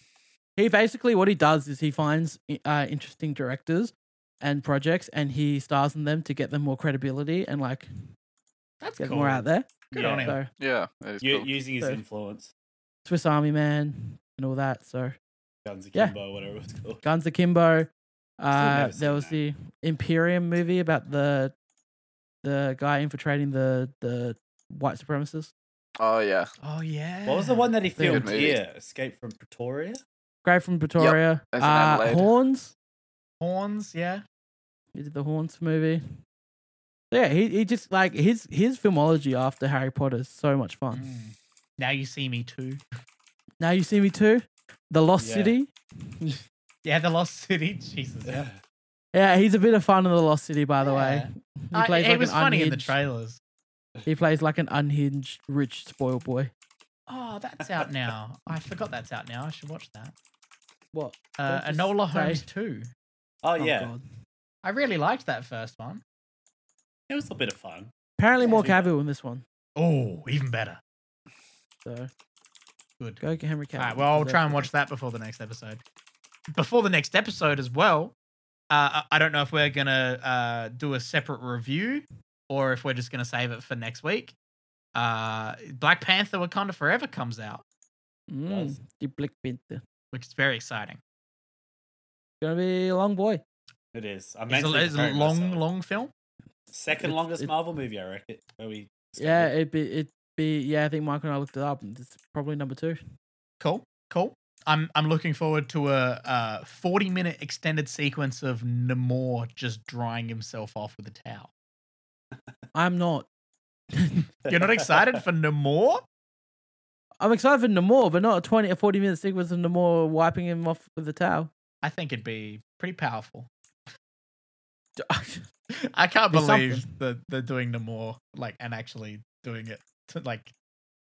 Speaker 1: He basically what he does is he finds uh, interesting directors and projects, and he stars in them to get them more credibility and like
Speaker 2: That's
Speaker 1: get
Speaker 2: cool.
Speaker 1: more out there.
Speaker 2: Good
Speaker 4: Yeah.
Speaker 2: on him.
Speaker 1: So
Speaker 3: Yeah. It was
Speaker 4: U-
Speaker 3: cool.
Speaker 4: Using his
Speaker 1: So-
Speaker 4: influence.
Speaker 1: Swiss Army Man and all that. So
Speaker 4: Guns
Speaker 1: Yeah.
Speaker 4: Akimbo, whatever it's called.
Speaker 1: Guns Akimbo. Uh,
Speaker 4: never
Speaker 1: there
Speaker 4: seen
Speaker 1: was
Speaker 4: that.
Speaker 1: the Imperium movie about the the guy infiltrating the the white supremacists.
Speaker 3: Oh yeah.
Speaker 2: Oh yeah.
Speaker 4: What was the one that he
Speaker 1: Good
Speaker 4: filmed
Speaker 3: movie.
Speaker 4: here? Escape from Pretoria?
Speaker 1: Guy from Pretoria.
Speaker 3: that's in
Speaker 1: uh,
Speaker 3: Adelaide.
Speaker 1: horns.
Speaker 2: Horns. Yeah.
Speaker 1: He did the Horns movie. Yeah, he, he just like his his filmology after Harry Potter is so much fun.
Speaker 2: Mm. Now you see me too.
Speaker 1: Now you see me too. The Lost
Speaker 4: Yeah.
Speaker 1: City.
Speaker 2: Yeah, the Lost City. Jesus.
Speaker 4: Yeah.
Speaker 1: Yeah, he's a bit of fun in the Lost City, by the way.
Speaker 2: Yeah.
Speaker 1: He
Speaker 2: I- Uh, it
Speaker 1: like
Speaker 2: was funny in the
Speaker 1: unhinged.
Speaker 2: trailers.
Speaker 1: He plays like an unhinged rich spoil boy.
Speaker 2: Oh, that's out now. I forgot that's out now. I should watch that.
Speaker 1: What?
Speaker 2: Uh,
Speaker 1: Don't just
Speaker 2: Enola
Speaker 1: say-
Speaker 2: Holmes 2.
Speaker 4: Oh, yeah.
Speaker 1: God.
Speaker 2: I really liked that first one.
Speaker 4: It was a bit of fun.
Speaker 1: Apparently
Speaker 4: Yeah,
Speaker 1: more
Speaker 4: too bad.
Speaker 1: Cavill in this one.
Speaker 2: Oh, even better.
Speaker 1: So
Speaker 2: Good.
Speaker 1: go get Henry Cavill.
Speaker 2: All right, well, I'll
Speaker 1: Deserves
Speaker 2: try and
Speaker 1: it.
Speaker 2: watch that before the next episode. Before the next episode as well, uh, I I don't know if we're going to uh, do a separate review or if we're just going to save it for next week. Uh, Black Panther Wakanda Forever comes out,
Speaker 1: Mm,
Speaker 4: Guys.
Speaker 1: the Black Panther.
Speaker 2: which is very exciting.
Speaker 1: Gonna be a long boy.
Speaker 4: It is. I'm
Speaker 2: It's a,
Speaker 4: mentally
Speaker 2: it's a
Speaker 4: preparing
Speaker 2: long,
Speaker 4: myself.
Speaker 2: long film.
Speaker 4: Second
Speaker 1: It's-
Speaker 4: longest
Speaker 1: it-
Speaker 4: Marvel movie, I reckon. Where we
Speaker 1: Yeah, it'd be it'd be yeah. I think Michael and I looked it up. and It's probably number two.
Speaker 2: Cool, cool. I'm I'm looking forward to a, a 40 minute extended sequence of Namor just drying himself off with a towel.
Speaker 1: I'm not.
Speaker 2: You're not excited for Namor?
Speaker 1: I'm excited for Namor, but not a 20 or 40 minute sequence of Namor wiping him off with a towel.
Speaker 2: I think it'd be pretty powerful. I can't
Speaker 1: Be
Speaker 2: believe that they're doing Namor like and actually doing it to like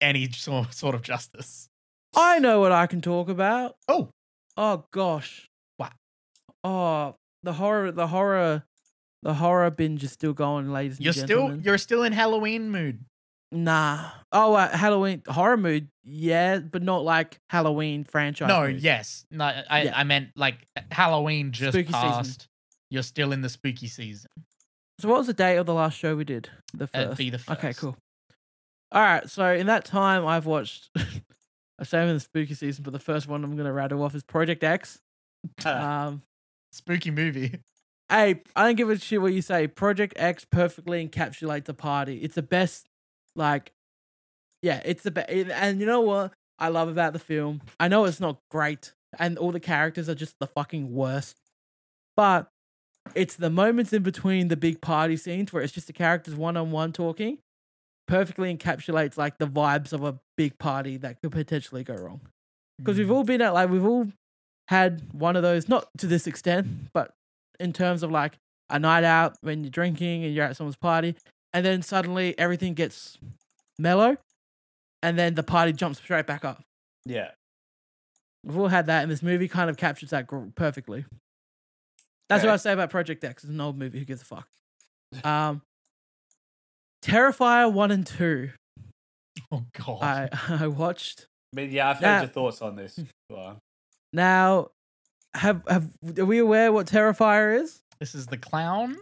Speaker 2: any sor- sort of justice.
Speaker 1: I know what I can talk about.
Speaker 2: Oh,
Speaker 1: Oh gosh.
Speaker 2: What?
Speaker 1: Oh, the horror, the horror, the horror binge is still going, ladies.
Speaker 2: you're
Speaker 1: and
Speaker 2: still
Speaker 1: gentlemen.
Speaker 2: you're still in Halloween mood.
Speaker 1: Nah. Oh, uh, Halloween horror mood. Yeah, but not like Halloween franchise.
Speaker 2: No,
Speaker 1: mood.
Speaker 2: yes. No, I,
Speaker 1: Yeah.
Speaker 2: I meant like Halloween just
Speaker 1: Spooky season.
Speaker 2: passed. You're still in the spooky season.
Speaker 1: So what was the date of the last show we did? The
Speaker 2: It'd
Speaker 1: first.
Speaker 2: be the first.
Speaker 1: Okay, cool. All right. So in that time, I've watched. I say I'm in the spooky season, but the first one I'm gonna rattle off is Project X.
Speaker 2: Ah.
Speaker 1: Um,
Speaker 2: Spooky movie.
Speaker 1: Hey, I don't give a shit what you say. Project X perfectly encapsulates a party. It's the best, like, yeah, it's the best. And you know what I love about the film? I know it's not great, and all the characters are just the fucking worst, but it's the moments in between the big party scenes where it's just the characters one on one talking. Perfectly encapsulates like the vibes of a big party that could potentially go wrong because we've all been at like we've all had one of those not to this extent but in terms of like a night out when you're drinking and you're at someone's party and then suddenly everything gets mellow and then the party jumps straight back up
Speaker 4: yeah.
Speaker 1: we've all had that and this movie kind of captures that gr- perfectly that's what i say about project x it's an old movie who gives a fuck um terrifier 1 and 2
Speaker 2: Oh god.
Speaker 1: i i watched
Speaker 4: I mean, yeah, I've heard
Speaker 1: Nah.
Speaker 4: your thoughts on this. Well,
Speaker 1: Now, have have are we aware what Terrifier is?
Speaker 2: this is the clown.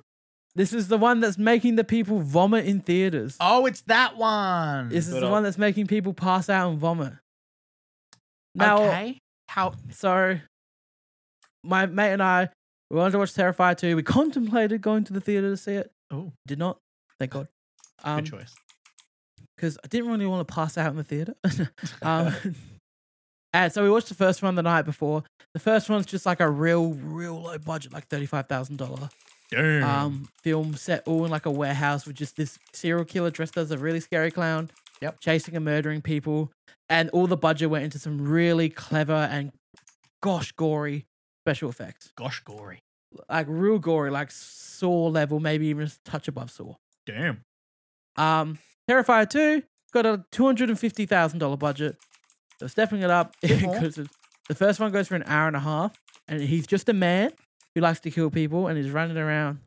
Speaker 1: This is the one that's making the people vomit in theaters.
Speaker 2: Oh, uh, it's that one.
Speaker 1: this is
Speaker 4: Good
Speaker 1: the
Speaker 4: old-
Speaker 1: one that's making people pass out and vomit. Now,
Speaker 2: okay. How
Speaker 1: so my mate and I we wanted to watch Terrifier 2. We contemplated going to the theater to see it.
Speaker 2: Oh,
Speaker 1: Did not. Thank God. Um
Speaker 2: good choice.
Speaker 1: because I didn't really want to pass out in the theater. um, and so we watched the first one the night before. The first one's just like a real, real low budget, like thirty-five thousand dollar
Speaker 2: Damn.
Speaker 1: um, film set all in like a warehouse with just this serial killer dressed as a really scary clown.
Speaker 2: Yep.
Speaker 1: Chasing and murdering people. And all the budget went into some really clever and gosh gory special effects.
Speaker 2: Gosh, gory.
Speaker 1: Like real gory, like saw level, maybe even a touch above saw.
Speaker 2: Damn.
Speaker 1: Um, Terrifier 2 got a $250,000 budget. They're stepping it up
Speaker 2: more.
Speaker 1: because it's- the first one goes for an hour and a half, and he's just a man who likes to kill people and he's running around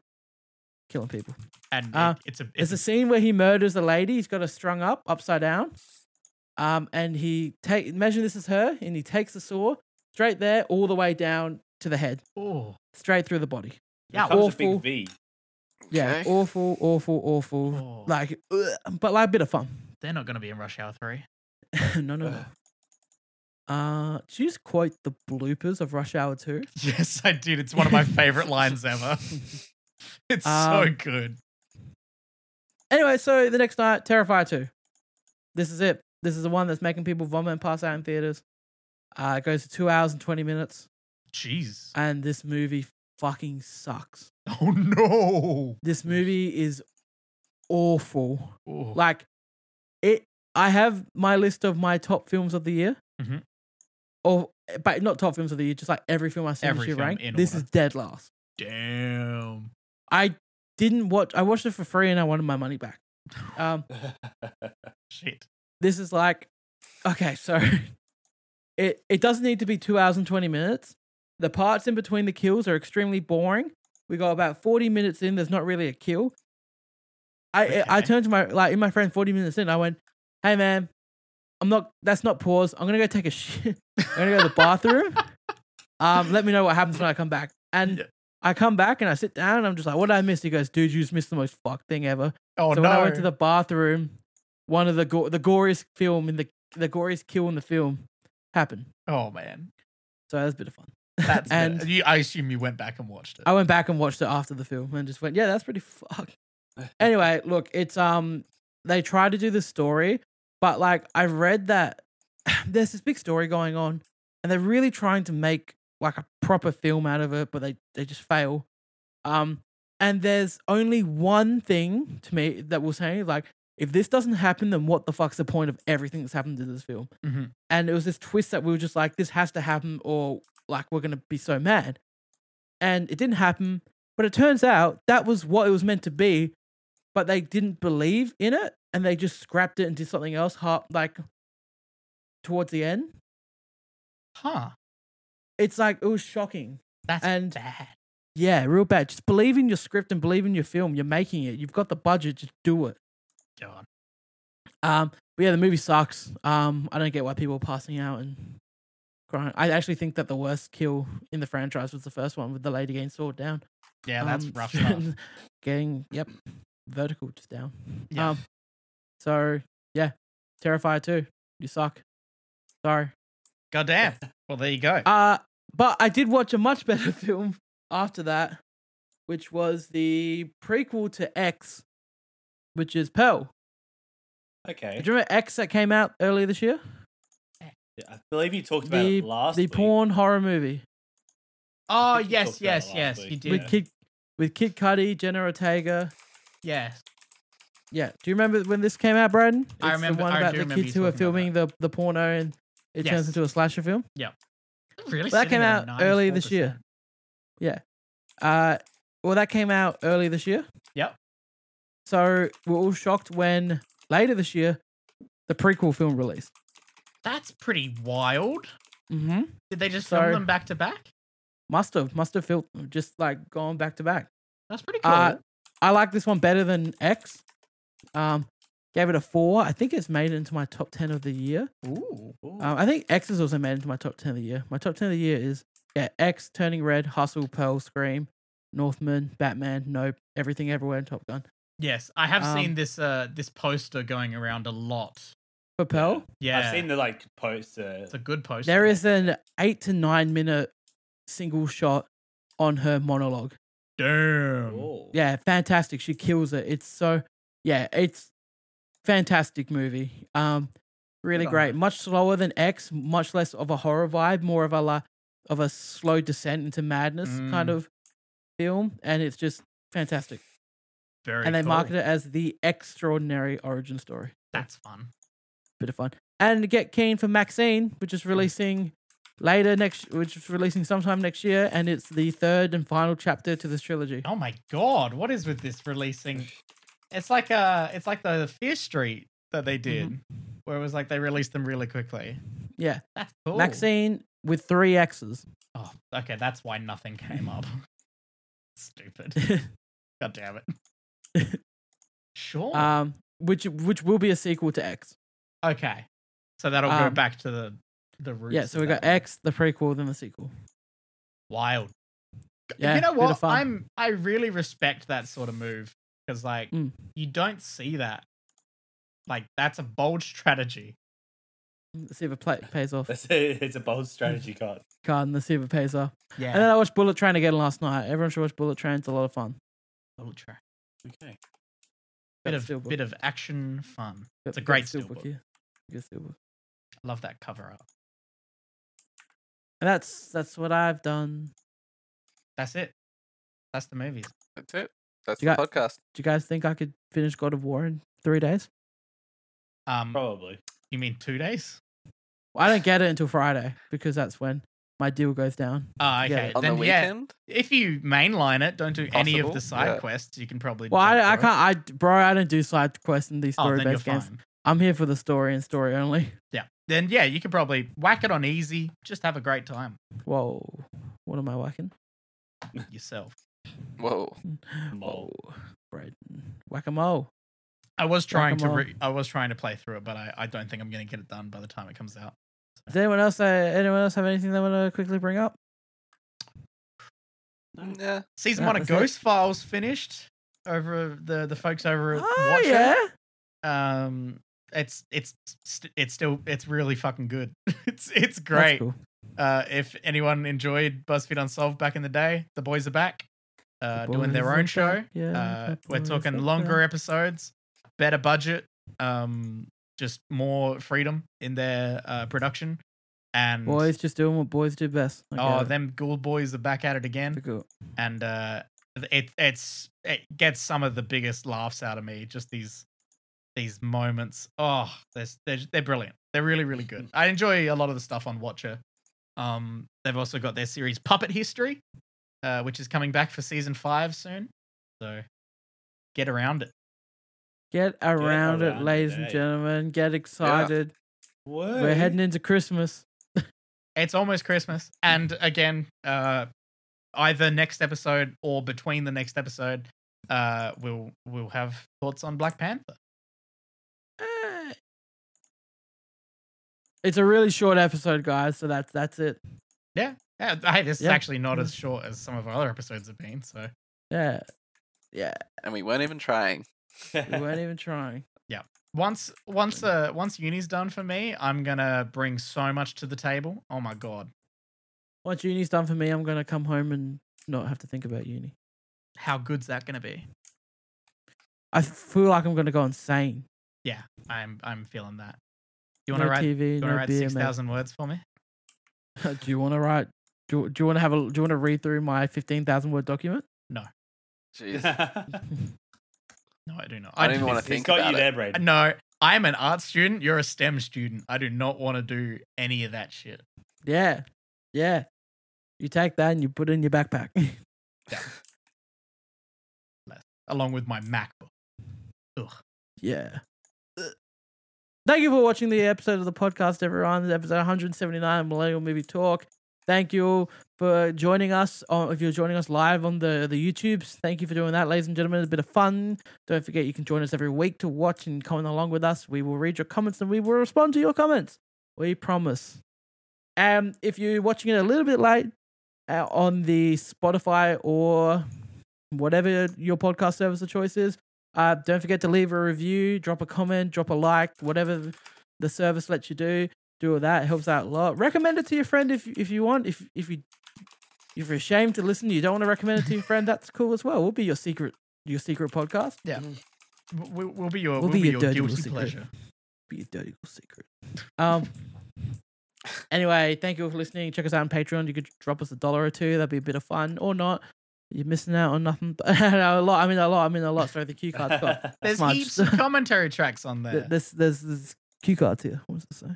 Speaker 1: killing people.
Speaker 2: And it-
Speaker 1: Uh,
Speaker 2: it's a
Speaker 1: There's
Speaker 2: it's
Speaker 1: a
Speaker 2: a,
Speaker 1: scene where he murders a lady. He's got her strung up upside down. Um, and he take imagine this is her, and he takes the saw straight there, all the way down to the head,
Speaker 2: oh,
Speaker 1: straight through the body.
Speaker 2: Yeah,
Speaker 4: yeah, comes a
Speaker 1: awful.
Speaker 4: big V.
Speaker 1: Yeah,
Speaker 3: Okay.
Speaker 1: awful, awful, awful.
Speaker 2: oh.
Speaker 1: Like, ugh, but like a bit of fun.
Speaker 2: they're not gonna be in Rush Hour Three.
Speaker 1: no, no, no. Uh, did you just quote the bloopers of Rush Hour Two?
Speaker 2: Yes, I did. It's one of my favorite lines ever. It's so
Speaker 1: Um,
Speaker 2: good.
Speaker 1: Anyway, so the next night, Terrifier 2. This is it. This is the one that's making people vomit and pass out in theaters. Uh, it goes to two hours and 20 minutes,
Speaker 2: Jeez.
Speaker 1: and this movie fucking sucks.
Speaker 2: Oh no.
Speaker 1: This movie is awful.
Speaker 2: Oh.
Speaker 1: Like, it. I have my list of my top films of the year,
Speaker 2: Mhm.
Speaker 1: or but not top films of the year, just like every film I've seen
Speaker 2: Every
Speaker 1: this year
Speaker 2: film
Speaker 1: ranked.
Speaker 2: in
Speaker 1: This
Speaker 2: order.
Speaker 1: is dead last.
Speaker 2: Damn.
Speaker 1: I didn't watch. I watched it for free, and I wanted my money back. Um,
Speaker 2: Shit.
Speaker 1: this is like okay so it it doesn't need to be two hours and 20 minutes the parts in between the kills are extremely boring we go about 40 minutes in there's not really a kill i I, I
Speaker 2: Okay.
Speaker 1: turned to my like in my friend 40 minutes in i went hey man i'm not that's not pause i'm gonna go take a shit i'm gonna go to the bathroom um let me know what happens when i come back and
Speaker 2: Yeah.
Speaker 1: I come back and I sit down and I'm just like, what did I miss? He goes, dude, you just missed the most fucked thing ever
Speaker 2: Oh
Speaker 1: so
Speaker 2: no.
Speaker 1: when I went to the bathroom, one of the go- the goriest film in the the goriest kill in the film happened.
Speaker 2: oh man.
Speaker 1: So that was a bit of fun.
Speaker 2: That's
Speaker 1: And-
Speaker 2: and you, I assume you went back and watched it.
Speaker 1: I went back and watched it after the film and just went, yeah, that's pretty fucked. anyway, look, it's um they try to do the story But like I read that there's this big story going on, and they're really trying to make like a proper film out of it, but they they just fail. Um, and there's only one thing to me that will say like, if this doesn't happen, then what the fuck's the point of everything that's happened to this film?
Speaker 2: Mhm.
Speaker 1: And it was this twist that we were just like, this has to happen, or like we're gonna be so mad. And it didn't happen, but it turns out that was what it was meant to be, but they didn't believe in it, and they just scrapped it and did something else, ha- like towards the end.
Speaker 2: Huh.
Speaker 1: It's like it was shocking.
Speaker 2: That's
Speaker 1: And-
Speaker 2: bad.
Speaker 1: Yeah, real bad. Just believe in your script and believe in your film. You're making it. You've got the budget. Just do it.
Speaker 2: God.
Speaker 1: Um, but yeah, the movie sucks. Um, I don't get why people are passing out and crying. I actually think that the worst kill in the franchise was the first one with the lady getting sawed down.
Speaker 2: Yeah, that's
Speaker 1: Um,
Speaker 2: rough stuff.
Speaker 1: getting yep, vertical just down.
Speaker 2: Yeah.
Speaker 1: Um, so yeah, Terrifier too. You suck. Sorry.
Speaker 2: God damn. Well, there you go.
Speaker 1: Uh, but I did watch a much better film after that, which was the prequel to X, which is Pearl. Do
Speaker 4: Okay.
Speaker 1: you remember X that came out earlier this year?
Speaker 4: Yeah, I believe you talked about
Speaker 1: The-
Speaker 4: it last
Speaker 1: the
Speaker 4: week.
Speaker 1: porn horror movie
Speaker 2: oh,
Speaker 4: think you
Speaker 2: yes,
Speaker 4: talked about
Speaker 2: yes,
Speaker 4: it
Speaker 2: yes.
Speaker 4: last
Speaker 2: You
Speaker 4: week.
Speaker 2: did.
Speaker 1: with Kid with Kid Cudi, Jenna Ortega.
Speaker 2: Yes.
Speaker 1: Yeah, do you remember when this came out, Braden? It's
Speaker 2: I remember-
Speaker 1: the one
Speaker 2: I
Speaker 1: about
Speaker 2: do
Speaker 1: the
Speaker 2: remember
Speaker 1: kids
Speaker 2: you
Speaker 1: who are
Speaker 2: talking about
Speaker 1: filming the the porno and it
Speaker 2: Yes.
Speaker 1: turns into a slasher film.
Speaker 2: Really?
Speaker 1: Well, that
Speaker 2: sitting
Speaker 1: came
Speaker 2: at
Speaker 1: out early this year. Uh, well, that came out early this year.
Speaker 2: Yep.
Speaker 1: So we're all shocked when later this year the prequel film released.
Speaker 2: 94%. That's pretty wild.
Speaker 1: Mm-hmm.
Speaker 2: Did they just
Speaker 1: So-
Speaker 2: film them back to back?
Speaker 1: Must have, must have felt just like gone back to back.
Speaker 2: That's pretty cool.
Speaker 1: Uh, I like this one better than X. Um, gave it a four. I think it's made it into my top ten of the year.
Speaker 2: Ooh.
Speaker 4: Ooh,
Speaker 1: Um, I think X is also made into my top ten of the year. My top ten of the year is yeah, X, Turning Red, Hustle, Pearl, Scream, Northman, Batman, Nope, Everything Everywhere, and Top Gun.
Speaker 2: Yes, I have
Speaker 1: Um,
Speaker 2: seen this uh this poster going around a lot.
Speaker 1: For Pearl,
Speaker 2: Yeah.
Speaker 4: I've seen the like poster.
Speaker 2: it's a good poster.
Speaker 1: There is an eight to nine minute single shot on her monologue.
Speaker 2: Damn.
Speaker 1: Oh.
Speaker 4: Ooh.
Speaker 1: Yeah, fantastic. She kills it. It's so yeah, it's fantastic movie. Um, really
Speaker 2: Good on her.
Speaker 1: great. Much slower than X. Much less of a horror vibe. More of a la, of a slow descent into madness kind
Speaker 2: Mm.
Speaker 1: of film, and it's just fantastic.
Speaker 2: Very
Speaker 1: and they
Speaker 2: cool.
Speaker 1: market it as the extraordinary origin story.
Speaker 2: That's fun.
Speaker 1: Bit of fun. And get keen for Maxine, which is releasing later next, which is releasing sometime next year, and it's the third and final chapter to this trilogy.
Speaker 2: Oh my god, what is with this releasing? It's like uh it's like the Fear Street that they did, where it was like they released them really quickly.
Speaker 1: Mm-hmm. Yeah,
Speaker 2: That's cool.
Speaker 1: Maxine with three X's.
Speaker 2: Oh, okay, that's why nothing came up. Stupid. God damn it. sure.
Speaker 1: um, which which will be a sequel to X.
Speaker 2: okay. So that'll go
Speaker 1: um,
Speaker 2: back to the the roots.
Speaker 1: Yeah, so
Speaker 2: of
Speaker 1: we got
Speaker 2: that one.
Speaker 1: X, the prequel, then the sequel.
Speaker 2: Wild.
Speaker 1: Yeah,
Speaker 2: you know
Speaker 1: bit of
Speaker 2: what?
Speaker 1: fun.
Speaker 2: I'm I really respect that sort of move because like
Speaker 1: Mm.
Speaker 2: you don't see that. Like that's a bold strategy.
Speaker 1: Let's see if it pla pays off.
Speaker 4: That's a, it's a bold strategy card.
Speaker 1: Card and let's see if it pays off.
Speaker 2: Yeah.
Speaker 1: And then I watched Bullet Train again last night. Everyone should watch Bullet Train. It's a lot of fun.
Speaker 2: Ultra.
Speaker 4: Okay.
Speaker 2: Bit
Speaker 1: Got
Speaker 2: of
Speaker 1: steelbook.
Speaker 2: bit of action fun.
Speaker 1: Got-
Speaker 2: it's a
Speaker 1: got
Speaker 2: great
Speaker 1: steelbook
Speaker 2: steelbook.
Speaker 1: here. Good steelbook.
Speaker 2: Love that cover up.
Speaker 1: And that's that's what I've done.
Speaker 2: That's it. That's the movies.
Speaker 3: That's it. That's
Speaker 1: You
Speaker 3: the podcast.
Speaker 1: Do you guys think I could finish God of War in three days?
Speaker 2: Um
Speaker 3: Oh.
Speaker 4: Probably.
Speaker 2: you mean two days?
Speaker 1: Well, I don't get it until Friday because that's when my deal goes down.
Speaker 2: Ah,
Speaker 1: Yeah.
Speaker 2: okay.
Speaker 3: On
Speaker 2: then
Speaker 3: the
Speaker 2: yeah.
Speaker 3: weekend,
Speaker 2: If you mainline it, don't do any of
Speaker 3: Possible,
Speaker 2: the side
Speaker 3: yeah.
Speaker 2: quests, you can probably
Speaker 1: Well, I,
Speaker 2: jump
Speaker 1: I
Speaker 2: through it.
Speaker 1: can't. I bro, I don't do side quests in these
Speaker 2: Oh,
Speaker 1: story
Speaker 2: then you're
Speaker 1: based games.
Speaker 2: fine.
Speaker 1: I'm here for the story and story only.
Speaker 2: Yeah. Then yeah, you can probably whack it on easy. Just have a great time
Speaker 1: Whoa, what am I whacking?
Speaker 2: yourself.
Speaker 3: whoa.
Speaker 4: Mole.
Speaker 1: Whoa, Braden, whack a mole.
Speaker 2: I was trying to
Speaker 1: Whack-a-mole.
Speaker 2: re- I was trying to play through it, but I, I don't think I'm going to get it done by the time it comes out.
Speaker 1: Does anyone else? Uh, anyone else have anything they want to quickly bring up?
Speaker 3: Yeah.
Speaker 2: Season
Speaker 1: Yeah,
Speaker 2: one of
Speaker 1: that's it.
Speaker 2: Ghost Files finished over the the folks over at
Speaker 1: Oh
Speaker 2: Watcher.
Speaker 1: yeah,
Speaker 2: Um, it's it's st- it's still it's really fucking good. it's it's
Speaker 1: That's
Speaker 2: great.
Speaker 1: cool.
Speaker 2: Uh, if anyone enjoyed BuzzFeed Unsolved back in the day, the boys are back, uh,
Speaker 1: The
Speaker 2: doing
Speaker 1: boys
Speaker 2: their
Speaker 1: are
Speaker 2: own show.
Speaker 1: back, yeah,
Speaker 2: uh,
Speaker 1: the
Speaker 2: we're
Speaker 1: boys
Speaker 2: talking
Speaker 1: are
Speaker 2: longer
Speaker 1: back.
Speaker 2: episodes, better budget. Um, just more freedom in their uh, production. And
Speaker 1: Boys just doing what boys do best. uh, I get
Speaker 2: Mm. oh,
Speaker 1: it.
Speaker 2: them Ghoul Boys are back at it again,
Speaker 1: Pretty cool.
Speaker 2: and uh, it it's it gets some of the biggest laughs out of me. Just these these moments. Oh, they're they're, they're brilliant. They're really really good. I enjoy a lot of the stuff on Watcher. Um, they've also got their series Puppet History, uh, which is coming back for season five soon. So get around it.
Speaker 1: Get around it,
Speaker 4: around
Speaker 1: ladies
Speaker 4: it,
Speaker 1: and
Speaker 4: eh?
Speaker 1: gentlemen. Get excited.
Speaker 4: Whoa.
Speaker 1: We're heading into Christmas.
Speaker 2: It's almost Christmas, and again, uh, either next episode or between the next episode, uh, we'll we'll have thoughts on Black Panther.
Speaker 1: Eh. It's a really short episode, guys. So that's that's it.
Speaker 2: Yeah, hey, this
Speaker 1: Yeah.
Speaker 2: is actually not
Speaker 1: Yeah.
Speaker 2: as short as some of our other episodes have been. So
Speaker 1: Yeah,
Speaker 3: and we weren't even trying.
Speaker 1: we weren't even trying.
Speaker 2: once once uh once uni's done for me, I'm gonna bring so much to the table. Oh my god,
Speaker 1: Once uni's done for me, I'm gonna come home and not have to think about uni.
Speaker 2: how good's that gonna be?
Speaker 1: I feel like I'm gonna go insane.
Speaker 2: I'm I'm feeling that. You want to
Speaker 1: no
Speaker 2: write?
Speaker 1: TV,
Speaker 2: you want to
Speaker 1: no
Speaker 2: write
Speaker 1: beer,
Speaker 2: six thousand words for me?
Speaker 1: mate. do you want to write? Do, do you want to have a? Do you want to read through my fifteen thousand word document?
Speaker 3: Jeez.
Speaker 2: No, I do not.
Speaker 3: I don't even
Speaker 2: do-
Speaker 3: wanna
Speaker 4: He's
Speaker 3: Think
Speaker 4: got
Speaker 3: about
Speaker 4: you
Speaker 3: it.
Speaker 4: there, Brad.
Speaker 2: No, I'm an art student. You're a STEM student. I do not want to do any of that shit.
Speaker 1: Yeah, yeah. You take that and you put it in your backpack.
Speaker 2: Along with my MacBook.
Speaker 1: yeah. Uh, Thank you for watching the episode of the podcast, everyone. This is episode 179 of Millennial Movie Talk. Thank you all for joining us. Or if you're joining us live on the the YouTubes, thank you for doing that, ladies and gentlemen. It's a bit of fun. Don't forget you can join us every week to watch and comment along with us. We will read your comments and we will respond to your comments. We promise. Um, if you're watching it a little bit late uh, on the Spotify or whatever your podcast service of choice is, uh, don't forget to leave a review, drop a comment, drop a like, whatever the service lets you do. Do all that. It helps out a lot. Recommend it to your friend if if you want. If if you if you're ashamed to listen, you don't want to recommend it to your friend. That's cool as well. We'll be your secret your secret podcast. Mm-hmm.
Speaker 2: W- We'll, we'll be your,
Speaker 1: We'll
Speaker 2: we'll
Speaker 1: be
Speaker 2: be
Speaker 1: your
Speaker 2: your
Speaker 1: dirty
Speaker 2: guilty
Speaker 1: little
Speaker 2: pleasure.
Speaker 1: be a dirty little secret. Um. anyway, thank you all for listening. Check us out on Patreon. You could drop us a dollar or two. That'd be a bit of fun, or not. You're missing out on nothing. a lot. I mean, a lot. I mean, a lot. Sorry, the cue card's gone.
Speaker 2: There's
Speaker 1: Smudge.
Speaker 2: heaps of commentary tracks on there.
Speaker 1: Th- There's there's there's cue cards here. What was it say?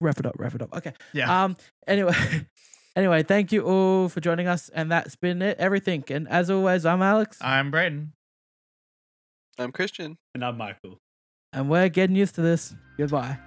Speaker 1: Wrap it up. Wrap it up. Okay.
Speaker 2: yeah.
Speaker 1: Um. Anyway. Anyway, thank you all for joining us, and that's been it. Everything. And as always, I'm Alex,
Speaker 2: I'm Braden.
Speaker 3: I'm Christian.
Speaker 4: and I'm Michael.
Speaker 1: and we're getting used to this. Goodbye.